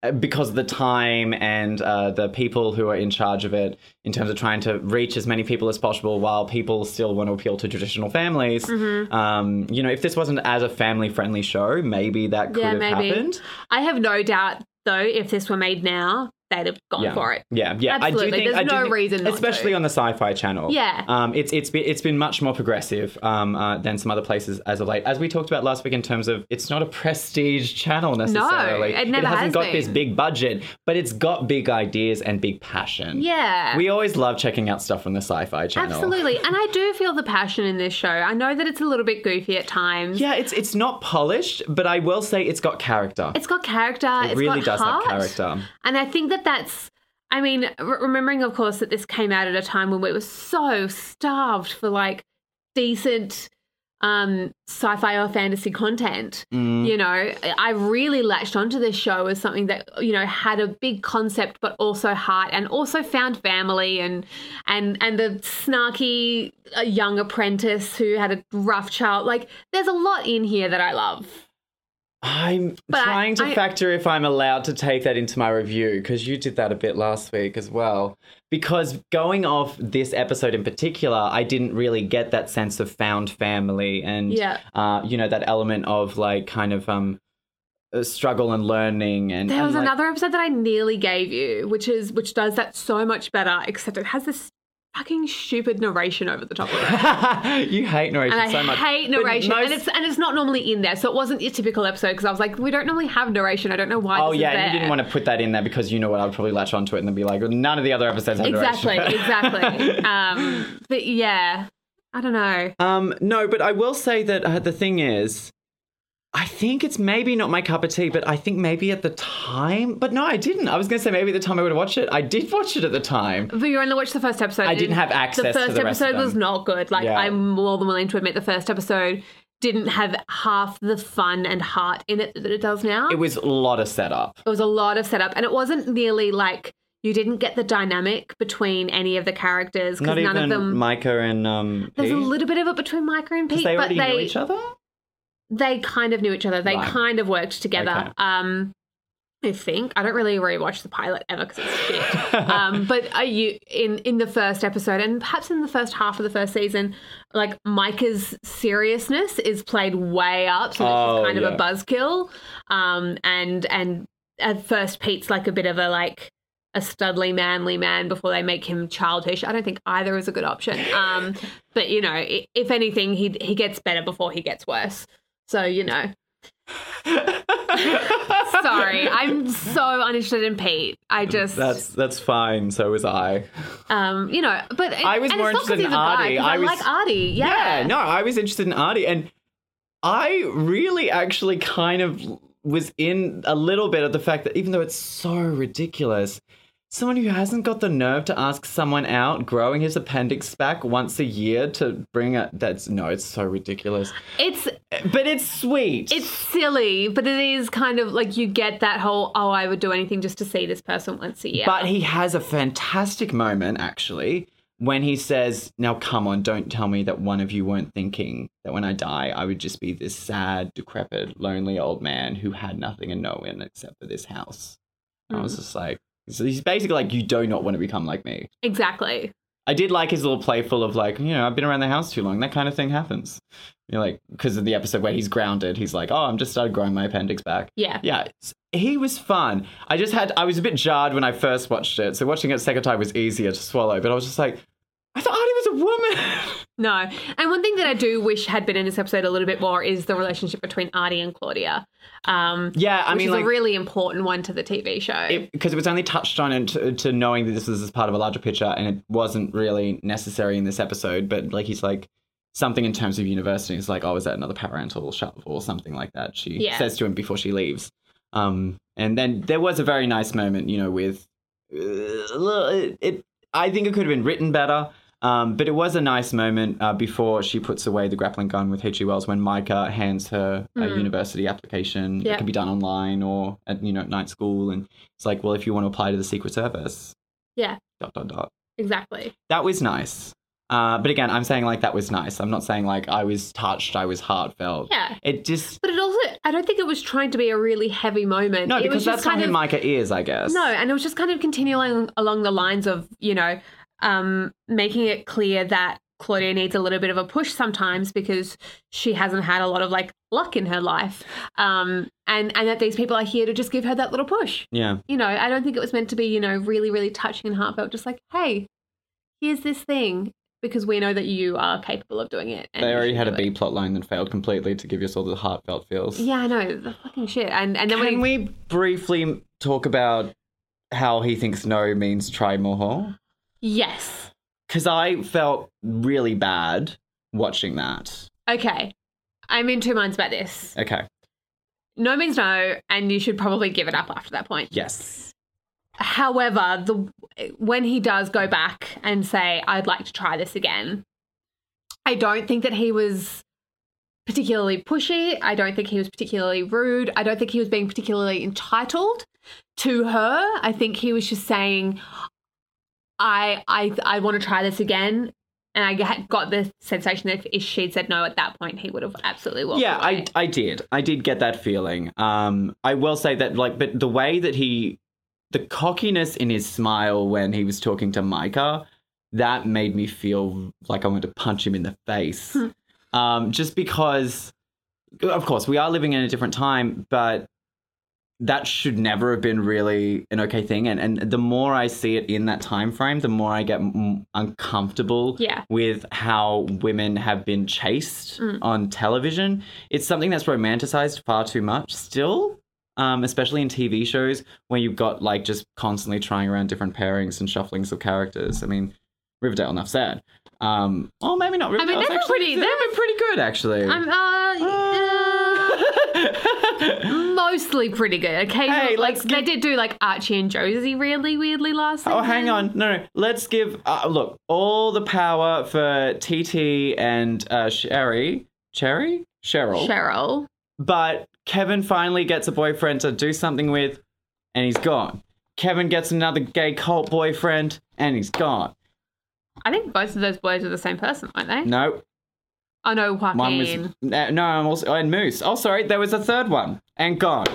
Speaker 3: uh, because of the time and uh, the people who are in charge of it in terms of trying to reach as many people as possible while people still want to appeal to traditional families.
Speaker 2: Mm-hmm. mhm.
Speaker 3: Um, you know, if this wasn't as a family friendly show, maybe that could
Speaker 2: yeah,
Speaker 3: have
Speaker 2: maybe.
Speaker 3: happened.
Speaker 2: I have no doubt though, if this were made now, they'd have gone
Speaker 3: yeah.
Speaker 2: for it.
Speaker 3: Yeah, yeah. I do
Speaker 2: Absolutely.
Speaker 3: think
Speaker 2: There's
Speaker 3: I do
Speaker 2: no
Speaker 3: think-
Speaker 2: reason not
Speaker 3: especially
Speaker 2: to.
Speaker 3: on the Sci-Fi Channel.
Speaker 2: Yeah.
Speaker 3: um, it's it's been it's been much more progressive um, uh, than some other places as of late. As we talked about last week, in terms of it's not a prestige channel necessarily.
Speaker 2: it never
Speaker 3: hasn't
Speaker 2: has
Speaker 3: got
Speaker 2: been.
Speaker 3: this big budget, but it's got big ideas and big passion.
Speaker 2: Yeah.
Speaker 3: Um, we always love checking out stuff from the Sci-Fi Channel.
Speaker 2: Absolutely. And I do feel the passion in this show. I know that it's a little bit goofy at times.
Speaker 3: Yeah, it's it's not polished, but I will say it's got character.
Speaker 2: It's got character.
Speaker 3: it
Speaker 2: has
Speaker 3: really
Speaker 2: got
Speaker 3: does
Speaker 2: heart.
Speaker 3: have character.
Speaker 2: And I think that that's, I mean, re- remembering, of course, that this came out at a time when we were so starved for like decent um, sci fi or fantasy content. You know, I I really latched onto this show as something that, you know, had a big concept, but also heart and also found family and, and, and the snarky uh, young apprentice who had a rough child. Like, there's a lot in here that I love.
Speaker 3: I'm
Speaker 2: But
Speaker 3: trying to
Speaker 2: I-
Speaker 3: factor if I'm allowed to take that into my review because you did that a bit last week as well. Because going off this episode in particular, I didn't really get that sense of found family and
Speaker 2: Yeah.
Speaker 3: uh, you know that element of like kind of um uh, struggle and learning and
Speaker 2: There
Speaker 3: and,
Speaker 2: was
Speaker 3: like-
Speaker 2: another episode that I nearly gave you, which is which does that so much better, except it has this fucking stupid narration over the top of it.
Speaker 3: you hate narration
Speaker 2: And I
Speaker 3: so much.
Speaker 2: hate
Speaker 3: But
Speaker 2: narration,
Speaker 3: most-
Speaker 2: and it's and it's not normally in there, so it wasn't your typical episode because I was like, we don't normally have narration. I don't know why.
Speaker 3: Oh
Speaker 2: this is
Speaker 3: yeah,
Speaker 2: there.
Speaker 3: and you didn't want to put that in there because you know what? I'd probably latch onto it and then be like, none of the other episodes have
Speaker 2: Exactly,
Speaker 3: narration.
Speaker 2: exactly. um, but yeah, I don't know.
Speaker 3: Um, no, but I will say that uh, the thing is, I think it's maybe not my cup of tea, but I think maybe at the time, but no, I didn't. I was going to say maybe at the time I would have watched it. I did watch it at the time.
Speaker 2: But you only watched the first episode.
Speaker 3: I didn't have access
Speaker 2: The
Speaker 3: to
Speaker 2: first
Speaker 3: the rest of
Speaker 2: episode was
Speaker 3: them.
Speaker 2: not good. Like
Speaker 3: Yeah.
Speaker 2: I'm more than willing to admit, the first episode didn't have half the fun and heart in it that it does now.
Speaker 3: It was a lot of setup.
Speaker 2: It was a lot of setup, and it wasn't nearly like you didn't get the dynamic between any of the characters because
Speaker 3: Not
Speaker 2: none
Speaker 3: even
Speaker 2: of them.
Speaker 3: Micah and um.
Speaker 2: there's a
Speaker 3: Pete,
Speaker 2: little bit of it between Micah and
Speaker 3: 'cause
Speaker 2: Pete,
Speaker 3: they
Speaker 2: but
Speaker 3: already
Speaker 2: they
Speaker 3: knew each other.
Speaker 2: they kind of knew each other. They
Speaker 3: Right.
Speaker 2: kind of worked together.
Speaker 3: Okay.
Speaker 2: Um, I think I don't really rewatch the pilot ever because it's shit. um, but are you in in the first episode and perhaps in the first half of the first season, like Micah's seriousness is played way up, so that
Speaker 3: Oh,
Speaker 2: she's kind of
Speaker 3: yeah.
Speaker 2: a buzzkill. Um, and and at first Pete's like a bit of a like a studly manly man before they make him childish. I don't think either is a good option. Um, but you know, i- if anything, he he gets better before he gets worse. So you know. Sorry, I'm so uninterested in Pete. I just,
Speaker 3: That's that's fine. So was I.
Speaker 2: um, you know, but it-
Speaker 3: I was
Speaker 2: and
Speaker 3: more
Speaker 2: it's not 'cause
Speaker 3: interested in
Speaker 2: he's a guy,
Speaker 3: Artie.
Speaker 2: 'cause
Speaker 3: I
Speaker 2: I,
Speaker 3: was-
Speaker 2: like Artie. Yeah,
Speaker 3: no, I was interested in Artie, and I really actually kind of was in a little bit of the fact that even though it's so ridiculous, someone who hasn't got the nerve to ask someone out growing his appendix back once a year to bring it that's no, it's so ridiculous.
Speaker 2: it's
Speaker 3: But it's sweet.
Speaker 2: it's silly, but it is kind of like you get that whole oh, I would do anything just to see this person once a year.
Speaker 3: But he has a fantastic moment, actually, when he says, Now come on, don't tell me that one of you weren't thinking that when I die, I would just be this sad, decrepit, lonely old man who had nothing and no one except for this house. And I was just like, so he's basically like, You do not want to become like me.
Speaker 2: exactly,
Speaker 3: I did like his little playful of like, you know, I've been around the house too long. That kind of thing happens. You're like, because of the episode where he's grounded, he's like, oh, I'm just started growing my appendix back.
Speaker 2: yeah.
Speaker 3: Yeah, it's- he was fun. I just had I was a bit jarred when I first watched it, so watching it a second time was easier to swallow. But I was just like, I thought Artie was a woman.
Speaker 2: No. And one thing that I do wish had been in this episode a little bit more is the relationship between Artie and Claudia. Um,
Speaker 3: yeah, I
Speaker 2: which
Speaker 3: mean,
Speaker 2: is
Speaker 3: like
Speaker 2: a really important one to the TV show.
Speaker 3: because it, was only touched on and to, to knowing that this was as part of a larger picture, and it wasn't really necessary in this episode. But like, he's like something in terms of university. It's like, oh, is that another parental shove or something like that? She
Speaker 2: Yeah.
Speaker 3: says to him before she leaves. Um, and then there was a very nice moment, you know, with uh, it, it. I think it could have been written better. Um, but it was a nice moment uh, before she puts away the grappling gun with H.G. Wells when Micah hands her a
Speaker 2: Mm.
Speaker 3: university application. It
Speaker 2: Yeah.
Speaker 3: can be done online or at you know at night school, and it's like, well, if you want to apply to the Secret Service,
Speaker 2: Yeah.
Speaker 3: dot dot dot.
Speaker 2: Exactly.
Speaker 3: That was nice. Uh, but again, I'm saying like that was nice. I'm not saying like I was touched, I was heartfelt.
Speaker 2: Yeah.
Speaker 3: It just
Speaker 2: But it also, I don't think it was trying to be a really heavy moment.
Speaker 3: no,
Speaker 2: it
Speaker 3: because
Speaker 2: was just
Speaker 3: that's not
Speaker 2: kind
Speaker 3: who
Speaker 2: of
Speaker 3: Micah is, I guess.
Speaker 2: No, and it was just kind of continuing along the lines of, you know, um, making it clear that Claudia needs a little bit of a push sometimes because she hasn't had a lot of like luck in her life. Um, and, and that these people are here to just give her that little push.
Speaker 3: Yeah.
Speaker 2: You know, I don't think it was meant to be, you know, really, really touching and heartfelt, just like, hey, here's this thing because we know that you are capable of doing it. and
Speaker 3: They
Speaker 2: you
Speaker 3: already
Speaker 2: should
Speaker 3: had a
Speaker 2: do it.
Speaker 3: B plot line that failed completely to give you all the heartfelt feels.
Speaker 2: Yeah, I know. The fucking shit. And, and then
Speaker 3: Can
Speaker 2: when
Speaker 3: we briefly talk about how he thinks no means try more whore?
Speaker 2: Yes.
Speaker 3: Because I felt really bad watching that.
Speaker 2: Okay. I'm in two minds about this.
Speaker 3: Okay.
Speaker 2: No means no, and you should probably give it up after that point.
Speaker 3: Yes.
Speaker 2: However, the when he does go back and say, "I'd like to try this again," I don't think that he was particularly pushy. I don't think he was particularly rude. I don't think he was being particularly entitled to her. I think he was just saying, "I, I, I want to try this again." And I had- got the sensation that if she'd said no at that point, he would have absolutely walked
Speaker 3: yeah,
Speaker 2: away.
Speaker 3: I, I did. I did get that feeling. Um, I will say that, like, but the way that he, the cockiness in his smile when he was talking to Micah, that made me feel like I wanted to punch him in the face. um, just because, of course, we are living in a different time, but that should never have been really an okay thing. And and the more I see it in that time frame, the more I get m- uncomfortable
Speaker 2: Yeah. Mm.
Speaker 3: with how women have been chased on television. It's something that's romanticized far too much still. Um, especially in TV shows, where you've got like just constantly trying around different pairings and shufflings of characters. I mean, Riverdale, enough said. Um, oh, maybe not Riverdale.
Speaker 2: they've
Speaker 3: It's
Speaker 2: been
Speaker 3: actually,
Speaker 2: pretty-
Speaker 3: they've
Speaker 2: they've-
Speaker 3: been pretty good, actually.
Speaker 2: I'm uh, uh, mostly pretty good. Occasionally,
Speaker 3: Hey,
Speaker 2: like
Speaker 3: let's
Speaker 2: they
Speaker 3: give-
Speaker 2: did do like Archie and Josie really weirdly last.
Speaker 3: Oh,
Speaker 2: season.
Speaker 3: hang on. No, no. Let's give, uh, look, all the power for TT and uh, Sherry. Cherry? Cheryl.
Speaker 2: Cheryl.
Speaker 3: But Kevin finally gets a boyfriend to do something with, and he's gone. Kevin gets another gay cult boyfriend, and he's gone.
Speaker 2: I think both of those boys are the same person, aren't they?
Speaker 3: No,
Speaker 2: Oh no, Joaquin.
Speaker 3: one was. No, no, I'm also, and Moose. Oh, sorry, there was a third one, and gone.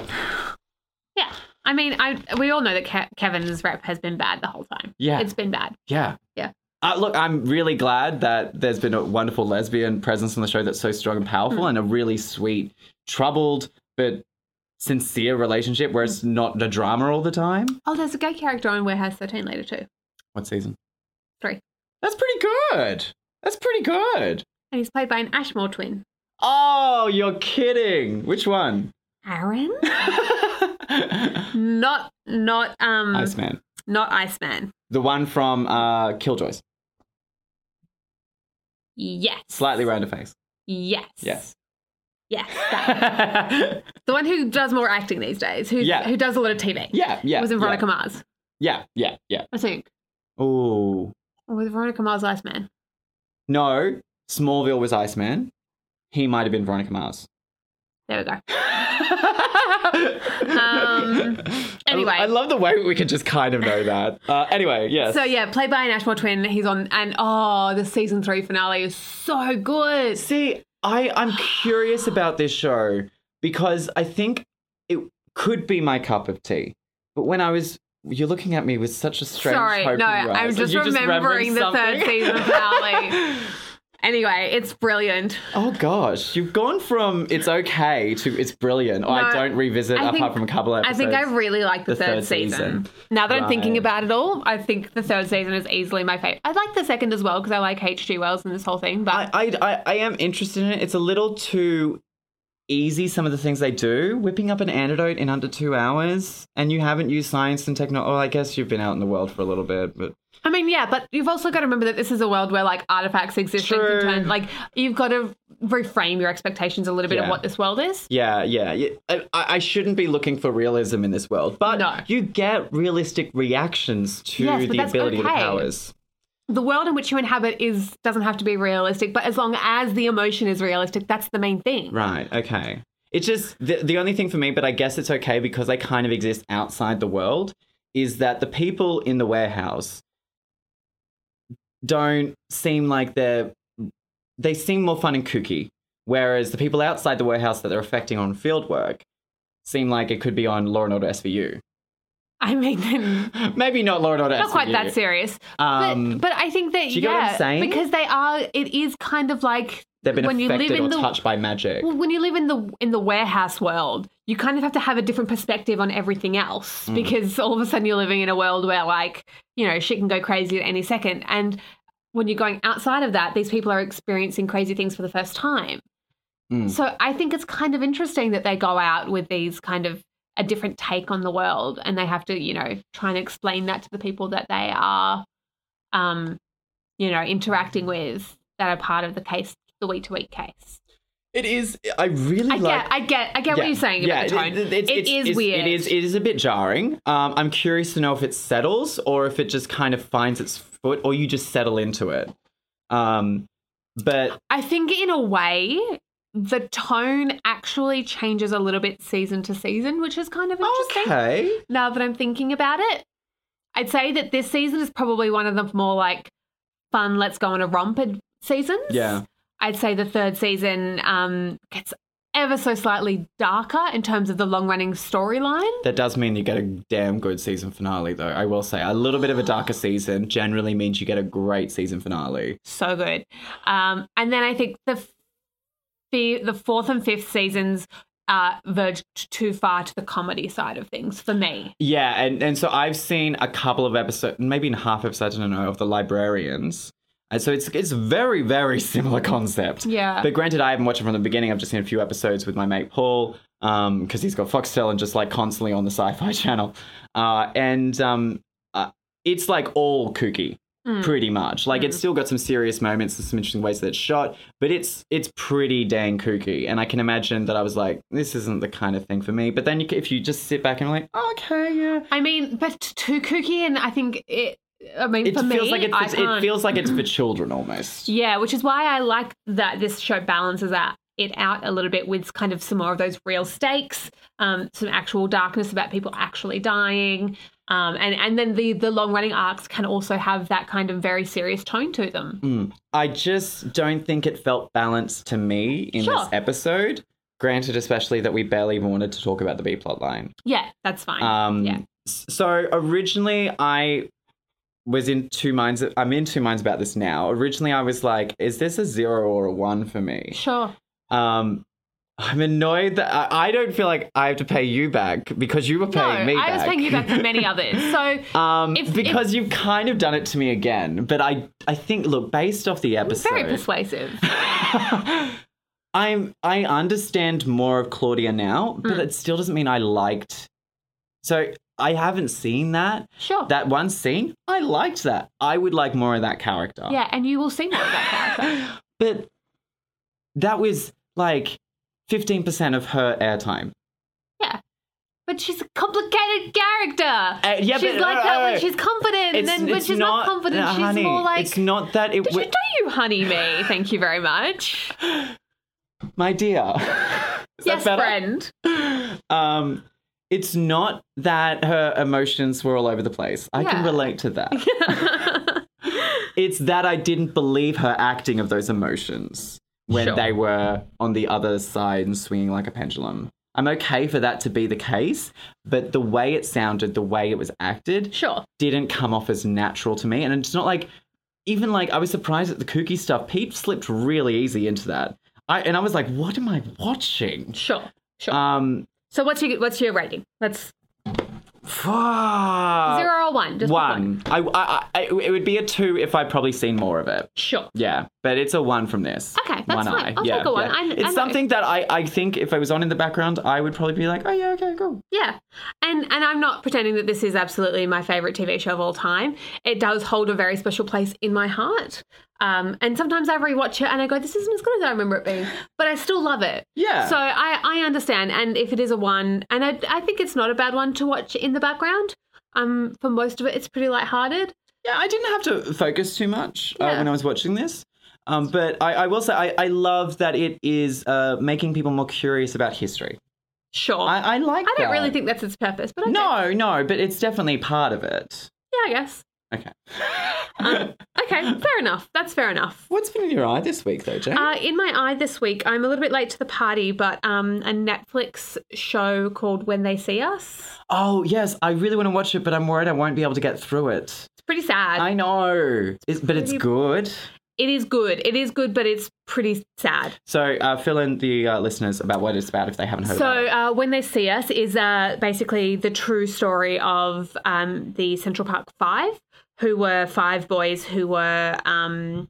Speaker 2: Yeah, I mean, I we all know that Ke- Kevin's rep has been bad the whole time.
Speaker 3: Yeah.
Speaker 2: it's been bad.
Speaker 3: Yeah.
Speaker 2: Yeah.
Speaker 3: Uh, look, I'm really glad that there's been a wonderful lesbian presence on the show that's so strong and powerful,
Speaker 2: Hmm.
Speaker 3: and a really sweet, troubled but sincere relationship where it's not a drama all the time.
Speaker 2: Oh, there's a gay character on Warehouse 13 later too,
Speaker 3: What season?
Speaker 2: three,
Speaker 3: That's pretty good. That's pretty good.
Speaker 2: and he's played by an Ashmore twin,
Speaker 3: Oh, you're kidding. Which one?
Speaker 2: Aaron. Hmm. not not um
Speaker 3: Iceman.
Speaker 2: not Iceman.
Speaker 3: The one from uh, Killjoys.
Speaker 2: Yes,
Speaker 3: Slightly rounder face.
Speaker 2: Yes,
Speaker 3: Yes.
Speaker 2: yes. That.
Speaker 3: yeah,
Speaker 2: The one who does more acting these days, who
Speaker 3: Yeah.
Speaker 2: who does a lot of TV.
Speaker 3: yeah.
Speaker 2: It was in
Speaker 3: yeah,
Speaker 2: Veronica Mars,
Speaker 3: Yeah, yeah, yeah.
Speaker 2: I think.
Speaker 3: Ooh.
Speaker 2: Or was Veronica Mars Iceman?
Speaker 3: No, Smallville was Iceman. He might have been Veronica Mars.
Speaker 2: There we go.
Speaker 3: um,
Speaker 2: anyway.
Speaker 3: I, love the way we can just kind of know that. Uh, anyway, yes.
Speaker 2: So yeah, played by an Ashmore twin. He's on, and oh, the season three finale is so good.
Speaker 3: See, I, I'm curious about this show because I think it could be my cup of tea. But when I was, you're looking at me with such a strange.
Speaker 2: Sorry,
Speaker 3: hope
Speaker 2: no,
Speaker 3: in your
Speaker 2: I'm
Speaker 3: eyes.
Speaker 2: just
Speaker 3: You
Speaker 2: remembering
Speaker 3: remembered
Speaker 2: the third
Speaker 3: something?
Speaker 2: season finale. Anyway, it's brilliant.
Speaker 3: Oh gosh, you've gone from it's okay to it's brilliant. or
Speaker 2: No,
Speaker 3: I don't revisit
Speaker 2: I
Speaker 3: apart
Speaker 2: think-
Speaker 3: from a couple of
Speaker 2: I
Speaker 3: episodes.
Speaker 2: think I really like the,
Speaker 3: the
Speaker 2: third,
Speaker 3: third
Speaker 2: season.
Speaker 3: season.
Speaker 2: Now that I'm thinking
Speaker 3: Right.
Speaker 2: about it all, I think the third season is easily my favorite. I like the second as well because I like H.G. Wells and this whole thing. But
Speaker 3: I, I, I, I am interested in it. It's a little too easy, some of the things they do. Whipping up an antidote in under two hours, and you haven't used science and technology. Oh, I guess you've been out in the world for a little bit, but
Speaker 2: I mean, yeah, but you've also got to remember that this is a world where like artifacts exist. and can
Speaker 3: True.
Speaker 2: turn- Like you've got to reframe your expectations a little bit of
Speaker 3: Yeah.
Speaker 2: what this world is.
Speaker 3: yeah, yeah. yeah. I, I shouldn't be looking for realism in this world, but
Speaker 2: No.
Speaker 3: you get realistic reactions to
Speaker 2: Yes, but
Speaker 3: the
Speaker 2: that's
Speaker 3: ability of the
Speaker 2: okay.
Speaker 3: powers.
Speaker 2: The world in which you inhabit is doesn't have to be realistic, but as long as the emotion is realistic, that's the main thing.
Speaker 3: Right. Okay. It's just the, the only thing for me, but I guess it's okay because I kind of exist outside the world, is that the people in the warehouse don't seem like they're, they seem more fun and kooky. Whereas the people outside the warehouse that they're affecting on field work seem like it could be on Law and Order SVU.
Speaker 2: I mean, then
Speaker 3: Maybe not Law and Order SVU.
Speaker 2: not quite that serious,
Speaker 3: Um,
Speaker 2: but, but I think that
Speaker 3: do you
Speaker 2: yeah,
Speaker 3: get what I'm saying?
Speaker 2: because they are. It is kind of like
Speaker 3: they've been
Speaker 2: when you live
Speaker 3: affected
Speaker 2: in
Speaker 3: or
Speaker 2: the-
Speaker 3: touched by magic.
Speaker 2: Well, when you live in the in the warehouse world, you kind of have to have a different perspective on everything else because all of a sudden you're living in a world where like, you know, shit can go crazy at any second. And when you're going outside of that, these people are experiencing crazy things for the first time.
Speaker 3: Mm.
Speaker 2: So I think it's kind of interesting that they go out with these kind of a different take on the world and they have to, you know, try and explain that to the people that they are um, you know, interacting with that are part of the case, the week to week case.
Speaker 3: it is. I really
Speaker 2: I
Speaker 3: like.
Speaker 2: get, I get, I get what
Speaker 3: Yeah,
Speaker 2: you're saying
Speaker 3: yeah,
Speaker 2: about the tone.
Speaker 3: it- it- it's-
Speaker 2: it
Speaker 3: it's-
Speaker 2: is
Speaker 3: it's-
Speaker 2: weird.
Speaker 3: It is. It is a bit jarring. Um, I'm curious to know if it settles or if it just kind of finds its foot, or you just settle into it. Um, but
Speaker 2: I think in a way, the tone actually changes a little bit season to season, which is kind of interesting.
Speaker 3: okay,
Speaker 2: Now that I'm thinking about it, I'd say that this season is probably one of the more like fun, let's go on a romp ad- seasons.
Speaker 3: yeah,
Speaker 2: I'd say the third season um, gets ever so slightly darker in terms of the long running storyline.
Speaker 3: that does mean you get a damn good season finale, though. I will say a little bit of a darker season generally means you get a great season finale.
Speaker 2: so good. Um, and then I think the f- the the fourth and fifth seasons uh, verged too far to the comedy side of things for me.
Speaker 3: Yeah, and, and so I've seen a couple of episodes, maybe in half episodes, I don't know, of the librarians. And so it's it's very, very similar concept.
Speaker 2: Yeah.
Speaker 3: But granted, I haven't watched it from the beginning. I've just seen a few episodes with my mate Paul, because he's got Foxtel and just like constantly on the Sci Fi channel. Uh, and um, uh, it's like all kooky,
Speaker 2: Hmm.
Speaker 3: pretty much. Like it's still got some serious moments and some interesting ways that it's shot, but it's it's pretty dang kooky. And I can imagine that I was like, this isn't the kind of thing for me. But then you, c- if you just sit back and like, okay, yeah,
Speaker 2: I mean, but too kooky, and I think it. I mean,
Speaker 3: it
Speaker 2: for me,
Speaker 3: feels like
Speaker 2: I
Speaker 3: it's, it
Speaker 2: can't-
Speaker 3: feels like it's for children almost.
Speaker 2: Yeah, which is why I like that this show balances out it out a little bit with kind of some more of those real stakes, um, some actual darkness about people actually dying, um, and and then the the long running arcs can also have that kind of very serious tone to them.
Speaker 3: Mm. I just don't think it felt balanced to me in
Speaker 2: Sure.
Speaker 3: this episode. Granted, especially that we barely even wanted to talk about the B plot line.
Speaker 2: Yeah, that's fine.
Speaker 3: Um,
Speaker 2: yeah,
Speaker 3: s- So originally, I was in two minds. I'm in two minds about this now. Originally, I was like, "Is this a zero or a one for me?"
Speaker 2: sure.
Speaker 3: Um, I'm annoyed that I, I don't feel like I have to pay you back because you were
Speaker 2: No,
Speaker 3: paying me.
Speaker 2: I was
Speaker 3: back.
Speaker 2: paying you back for many others. So
Speaker 3: Um,
Speaker 2: If- if-
Speaker 3: because you've kind of done it to me again, but I, I think, look, based off the episode,
Speaker 2: very persuasive.
Speaker 3: I'm, I understand more of Claudia now,
Speaker 2: Hmm.
Speaker 3: but it still doesn't mean I liked. So I haven't seen that.
Speaker 2: Sure.
Speaker 3: That one scene, I liked that. I would like more of that character.
Speaker 2: yeah, and you will see more of that character.
Speaker 3: But that was like 15% of her airtime.
Speaker 2: But she's a complicated character.
Speaker 3: Uh, yeah,
Speaker 2: she's
Speaker 3: but-
Speaker 2: like
Speaker 3: no,
Speaker 2: that
Speaker 3: no,
Speaker 2: when
Speaker 3: no.
Speaker 2: she's confident, and
Speaker 3: It's-
Speaker 2: then when
Speaker 3: it's
Speaker 2: she's not, confident,
Speaker 3: no,
Speaker 2: she's
Speaker 3: honey,
Speaker 2: more like.
Speaker 3: It's not that it
Speaker 2: Did you
Speaker 3: was.
Speaker 2: do you honey me? Thank you very much.
Speaker 3: my dear. Is
Speaker 2: yes,
Speaker 3: that better?
Speaker 2: friend.
Speaker 3: um it's not that her emotions were all over the place. I can
Speaker 2: Yeah.
Speaker 3: relate to that. it's that I didn't believe her acting of those emotions when
Speaker 2: Sure.
Speaker 3: they were on the other side and swinging like a pendulum. I'm okay for that to be the case, but the way it sounded, the way it was acted,
Speaker 2: Sure.
Speaker 3: didn't come off as natural to me. And it's not like, even like, I was surprised at the kooky stuff. Pete slipped really easy into that. I, and I was like, what am I watching?
Speaker 2: Sure. Sure.
Speaker 3: Um,
Speaker 2: so what's your what's your rating? Let's
Speaker 3: fuck.
Speaker 2: zero or one. Just pick
Speaker 3: uh, one. I, I, I, it would be a two if I'd probably seen more of it.
Speaker 2: Sure.
Speaker 3: Yeah, but it's a one from this.
Speaker 2: Okay, that's
Speaker 3: one
Speaker 2: fine.
Speaker 3: Eye.
Speaker 2: I'll
Speaker 3: yeah,
Speaker 2: take a one.
Speaker 3: yeah.
Speaker 2: I- I
Speaker 3: it's
Speaker 2: know.
Speaker 3: something that I, I think if it was on in the background, I would probably be like, oh yeah, okay, cool.
Speaker 2: Yeah. And and I'm not pretending that this is absolutely my favorite TV show of all time. It does hold a very special place in my heart. Um, and sometimes I rewatch it and I go, this isn't as good as I remember it being, but I still love it.
Speaker 3: Yeah.
Speaker 2: So I, I understand. And if it is a one, and I, I think it's not a bad one to watch in the background. Um, for most of it, it's pretty lighthearted.
Speaker 3: Yeah, I didn't have to focus too much uh,
Speaker 2: Yeah.
Speaker 3: when I was watching this. Um, but I, I will say, I, I love that it is uh, making people more curious about history.
Speaker 2: Sure.
Speaker 3: I, I like
Speaker 2: I don't
Speaker 3: that.
Speaker 2: really think that's its purpose, but okay.
Speaker 3: No, no, but it's definitely part of it.
Speaker 2: Yeah, I guess.
Speaker 3: Okay.
Speaker 2: Um, okay, fair enough. That's fair enough.
Speaker 3: What's been in your eye this week, though, Jane?
Speaker 2: Uh, in my eye this week, I'm a little bit late to the party, but um, a Netflix show called When They See Us.
Speaker 3: oh, yes, I really want to watch it, but I'm worried I won't be able to get through it.
Speaker 2: It's pretty sad.
Speaker 3: I know, it's, but it's
Speaker 2: pretty-
Speaker 3: good.
Speaker 2: It is good. It is good, but it's pretty sad.
Speaker 3: So uh, fill in the uh, listeners about what it's about if they haven't heard about
Speaker 2: So,
Speaker 3: it.
Speaker 2: uh, When They See Us is uh, basically the true story of um, the Central Park Five, who were five boys who were um,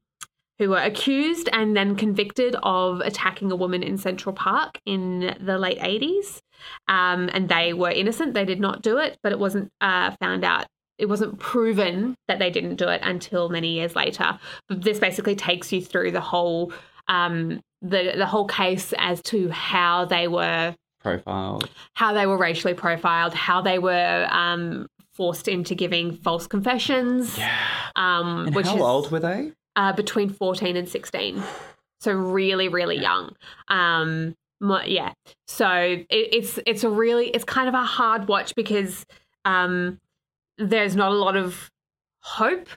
Speaker 2: who were accused and then convicted of attacking a woman in Central Park in the late 80s. Um, and they were innocent. They did not do it, but it wasn't uh, found out. It wasn't proven that they didn't do it until many years later. But this basically takes you through the whole um, the the whole case as to how they were
Speaker 3: Profile.
Speaker 2: how they were racially profiled, how they were um, forced into giving false confessions. Um,
Speaker 3: And
Speaker 2: which
Speaker 3: how
Speaker 2: is,
Speaker 3: old were they?
Speaker 2: uh, between 14 and 16. So really, really young. Um, mo- yeah. So it, it's it's a really it's kind of a hard watch because um, there's not a lot of hope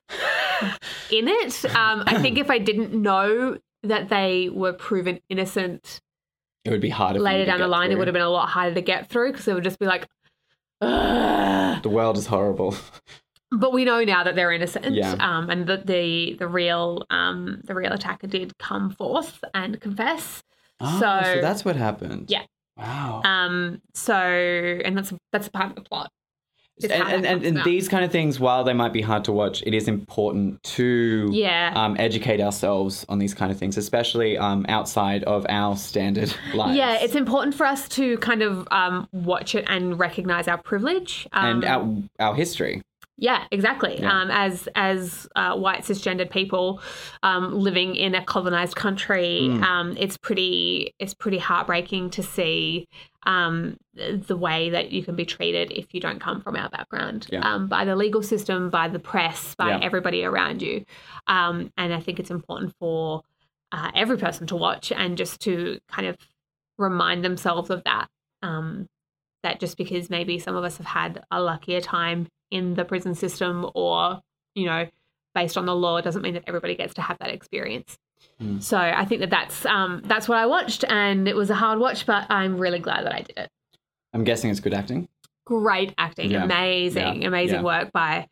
Speaker 2: in it. Um, I think if I didn't know that they were proven innocent
Speaker 3: It would be harder.
Speaker 2: later down the line, it would have been a lot harder to get through because it would just be like.
Speaker 3: been. The world is horrible.
Speaker 2: But we know now that they're innocent,
Speaker 3: Yeah.
Speaker 2: um, and that the the real um, the real attacker did come forth and confess.
Speaker 3: Oh,
Speaker 2: So-
Speaker 3: that's what happened.
Speaker 2: Yeah.
Speaker 3: Wow.
Speaker 2: Um, so, and that's that's a part of the plot. is
Speaker 3: and
Speaker 2: how that
Speaker 3: and, and,
Speaker 2: comes
Speaker 3: and
Speaker 2: about.
Speaker 3: these kind of things, while they might be hard to watch, it is important to
Speaker 2: Yeah.
Speaker 3: um, educate ourselves on these kind of things, especially um, outside of our standard lives.
Speaker 2: Yeah, it's important for us to kind of um, watch it and recognize our privilege. Um,
Speaker 3: and our, our history.
Speaker 2: yeah, exactly.
Speaker 3: Yeah.
Speaker 2: Um, as as uh, white cisgendered people um, living in a colonized country,
Speaker 3: Mm.
Speaker 2: um, it's pretty it's pretty heartbreaking to see um, the way that you can be treated if you don't come from our background
Speaker 3: Yeah.
Speaker 2: um, by the legal system, by the press, by
Speaker 3: Yeah.
Speaker 2: everybody around you. Um, and I think it's important for uh, every person to watch and just to kind of remind themselves of that. Um, that just because maybe some of us have had a luckier time in the prison system or, you know, based on the law doesn't mean that everybody gets to have that experience.
Speaker 3: Mm.
Speaker 2: So I think that that's um, that's what I watched, and it was a hard watch, but I'm really glad that I did it.
Speaker 3: I'm guessing it's good acting.
Speaker 2: Great acting,
Speaker 3: Yeah.
Speaker 2: amazing,
Speaker 3: Yeah.
Speaker 2: amazing
Speaker 3: Yeah.
Speaker 2: work by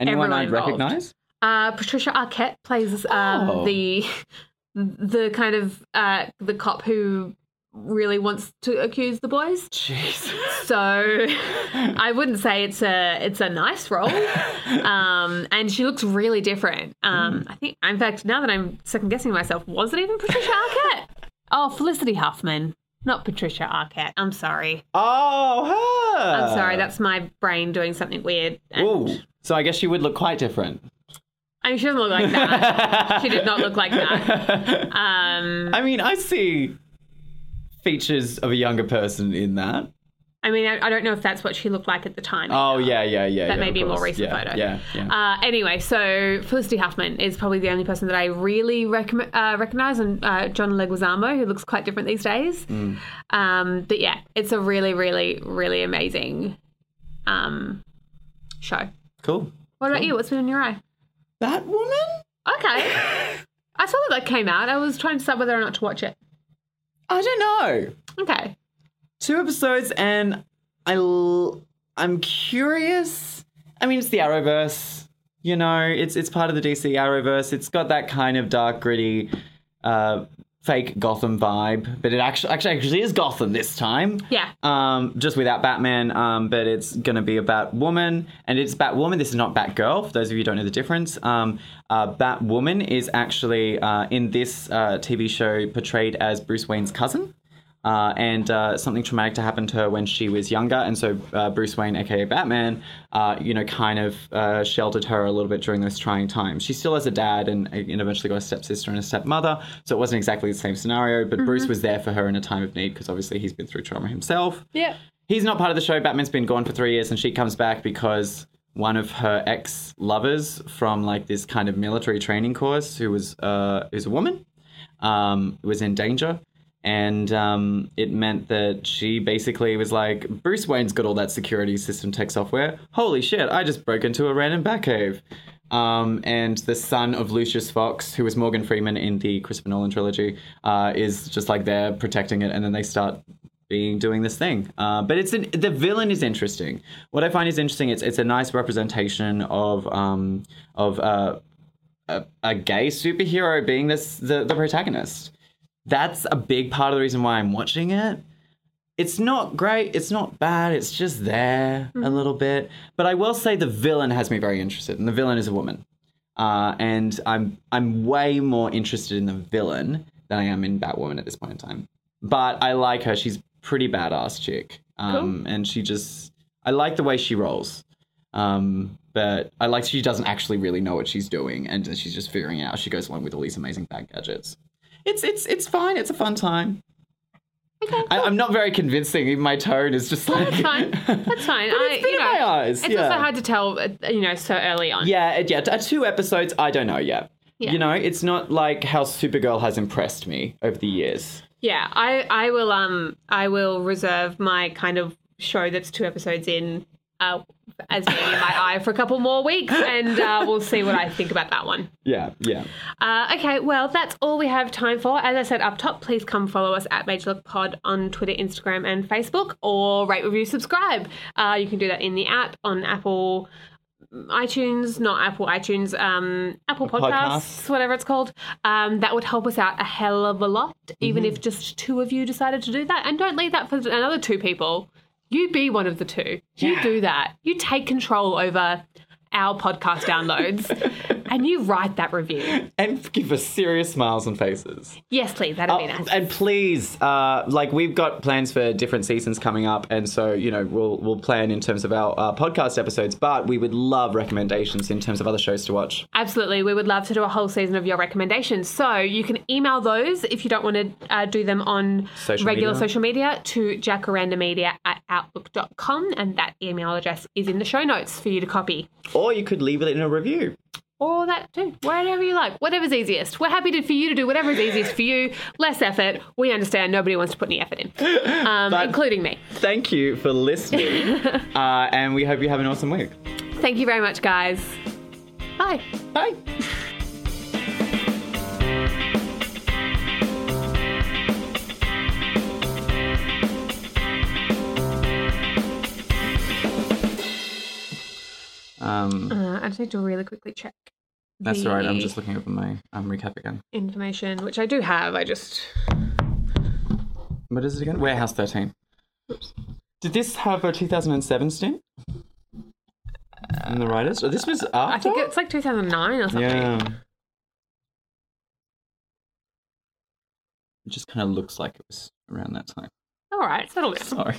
Speaker 3: Anyone
Speaker 2: Everyone
Speaker 3: I'd
Speaker 2: involved.
Speaker 3: recognize?
Speaker 2: Uh, Patricia Arquette plays um,
Speaker 3: Oh.
Speaker 2: the the kind of uh, the cop who really wants to accuse the boys.
Speaker 3: Jeez.
Speaker 2: So I wouldn't say it's a it's a nice role, um, and she looks really different. Um,
Speaker 3: Mm.
Speaker 2: I think, in fact, now that I'm second guessing myself, was it even Patricia Arquette? oh, Felicity Huffman, not Patricia Arquette. I'm sorry.
Speaker 3: Oh, her.
Speaker 2: I'm sorry. That's my brain doing something weird. And-
Speaker 3: Ooh. So I guess she would look quite different.
Speaker 2: I mean, she doesn't look like that. She did not look like
Speaker 3: that.
Speaker 2: Um,
Speaker 3: I mean, I see features of a younger person in that.
Speaker 2: I mean, I, I don't know if that's what she looked like at the time.
Speaker 3: Oh yeah, yeah, yeah.
Speaker 2: That
Speaker 3: yeah,
Speaker 2: may
Speaker 3: of
Speaker 2: be a more
Speaker 3: course.
Speaker 2: recent
Speaker 3: yeah,
Speaker 2: photo.
Speaker 3: Yeah, yeah.
Speaker 2: Uh, anyway, so Felicity Huffman is probably the only person that I really recomm uh, recognize, and uh, John Leguizamo, who looks quite different these days.
Speaker 3: Hmm.
Speaker 2: Um, but yeah, it's a really, really, really amazing um, show.
Speaker 3: cool.
Speaker 2: What about you? What's been in your eye?
Speaker 3: That woman.
Speaker 2: Okay. I saw that that came out. I was trying to decide whether or not to watch it.
Speaker 3: I don't know.
Speaker 2: Okay.
Speaker 3: Two episodes, and I l- I'm curious. I mean, it's the Arrowverse. You know, it's it's part of the DC Arrowverse. It's got that kind of dark, gritty, uh, fake Gotham vibe, but it actually actually actually is Gotham this time.
Speaker 2: Yeah.
Speaker 3: um, just without Batman, um, but it's going to be about woman, and it's Batwoman. This is not Batgirl. For those of you who don't know the difference, um, uh, Batwoman is actually uh, in this uh, TV show portrayed as Bruce Wayne's cousin, uh, and uh, something traumatic to happen to her when she was younger, and so uh, Bruce Wayne, aka Batman, uh, you know, kind of uh, sheltered her a little bit during those trying times. She still has a dad, and, uh, and eventually got a stepsister and a stepmother, so it wasn't exactly the same scenario. But Bruce was there for her in a time of need because obviously he's been through trauma himself
Speaker 2: Yeah.
Speaker 3: he's not part of the show. Batman's been gone for three years, and she comes back because one of her ex lovers from like this kind of military training course, who was uh, who's a woman, um, was in danger. And um, it meant that she basically was like, Bruce Wayne's got all that security system tech software. Holy shit, I just broke into a random Batcave. Um, and the son of Lucius Fox, who was Morgan Freeman in the Christopher Nolan trilogy, uh, is just like there protecting it. And then they start being doing this thing. Uh, but it's an, the villain is interesting. What I find is interesting. It's it's a nice representation of um of uh, a a gay superhero being this the the protagonist. That's a big part of the reason why I'm watching it. It's not great. It's not bad. It's just there a little bit. But I will say the villain has me very interested, and the villain is a woman. Uh, and I'm I'm way more interested in the villain than I am in Batwoman at this point in time. But I like her. She's pretty badass chick. Um, And she just I like the way she rolls. Um, but I like she doesn't actually really know what she's doing, and she's just figuring out. She goes along with all these amazing bad gadgets. It's it's it's fine. It's a fun time. I, I'm not very convincing. Even my tone is just like
Speaker 2: That's fine. That's fine.
Speaker 3: But
Speaker 2: I,
Speaker 3: it's been
Speaker 2: you
Speaker 3: in
Speaker 2: know,
Speaker 3: my eyes,
Speaker 2: It's
Speaker 3: yeah.
Speaker 2: also hard to tell, uh, you know, so early on.
Speaker 3: Yeah, it- yeah. t- uh, Two episodes, I don't know yet.
Speaker 2: Yeah.
Speaker 3: You know, it's not like how Supergirl has impressed me over the years.
Speaker 2: Yeah, I I will um I will reserve my kind of show that's two episodes in uh, as being in my eye for a couple more weeks, and uh, we'll see what I think about that one.
Speaker 3: Yeah, yeah.
Speaker 2: Uh, okay, well that's all we have time for. As I said up top, please come follow us at Major Look Pod on Twitter, Instagram, and Facebook, or rate, review, subscribe. Uh, you can do that in the app on Apple. iTunes, not Apple iTunes, um, Apple
Speaker 3: Podcasts.
Speaker 2: Podcasts, whatever it's called, um, that would help us out a hell of a lot, even if just two of you decided to do that. And don't leave that for another two people. You be one of the two. You do that. You take control over our podcast downloads and you write that review.
Speaker 3: and give us serious smiles and faces.
Speaker 2: Yes, please. That'd be
Speaker 3: Oh,
Speaker 2: nice.
Speaker 3: and please, uh, like we've got plans for different seasons coming up, and so you know we'll we'll plan in terms of our uh, podcast episodes. But we would love recommendations in terms of other shows to watch.
Speaker 2: Absolutely. We would love to do a whole season of your recommendations. So you can email those if you don't want to uh, do them on
Speaker 3: Social
Speaker 2: regular
Speaker 3: media.
Speaker 2: social media to jacarandamedia at outlook.com. And that email address is in the show notes for you to copy.
Speaker 3: Or you could leave it in a review.
Speaker 2: Or that too, whatever you like, whatever's easiest. We're happy to, for you to do whatever is easiest for you. Less effort. We understand nobody wants to put any effort in, um,
Speaker 3: But-
Speaker 2: including me.
Speaker 3: Thank you for listening, uh, and we hope you have an awesome week.
Speaker 2: Thank you very much, guys. Bye.
Speaker 3: Bye. Um.
Speaker 2: Uh, I just need to really quickly check.
Speaker 3: That's
Speaker 2: the
Speaker 3: all right. I'm just looking over my um, recap again.
Speaker 2: information, which I do have. I just
Speaker 3: What is it again? Warehouse 13. Did this have a 2007 stint? In the writers? Oh, this was after?
Speaker 2: I think it's like 2009 or something.
Speaker 3: Yeah. It just kind of looks like it was around that time.
Speaker 2: All right, settle down.
Speaker 3: Sorry.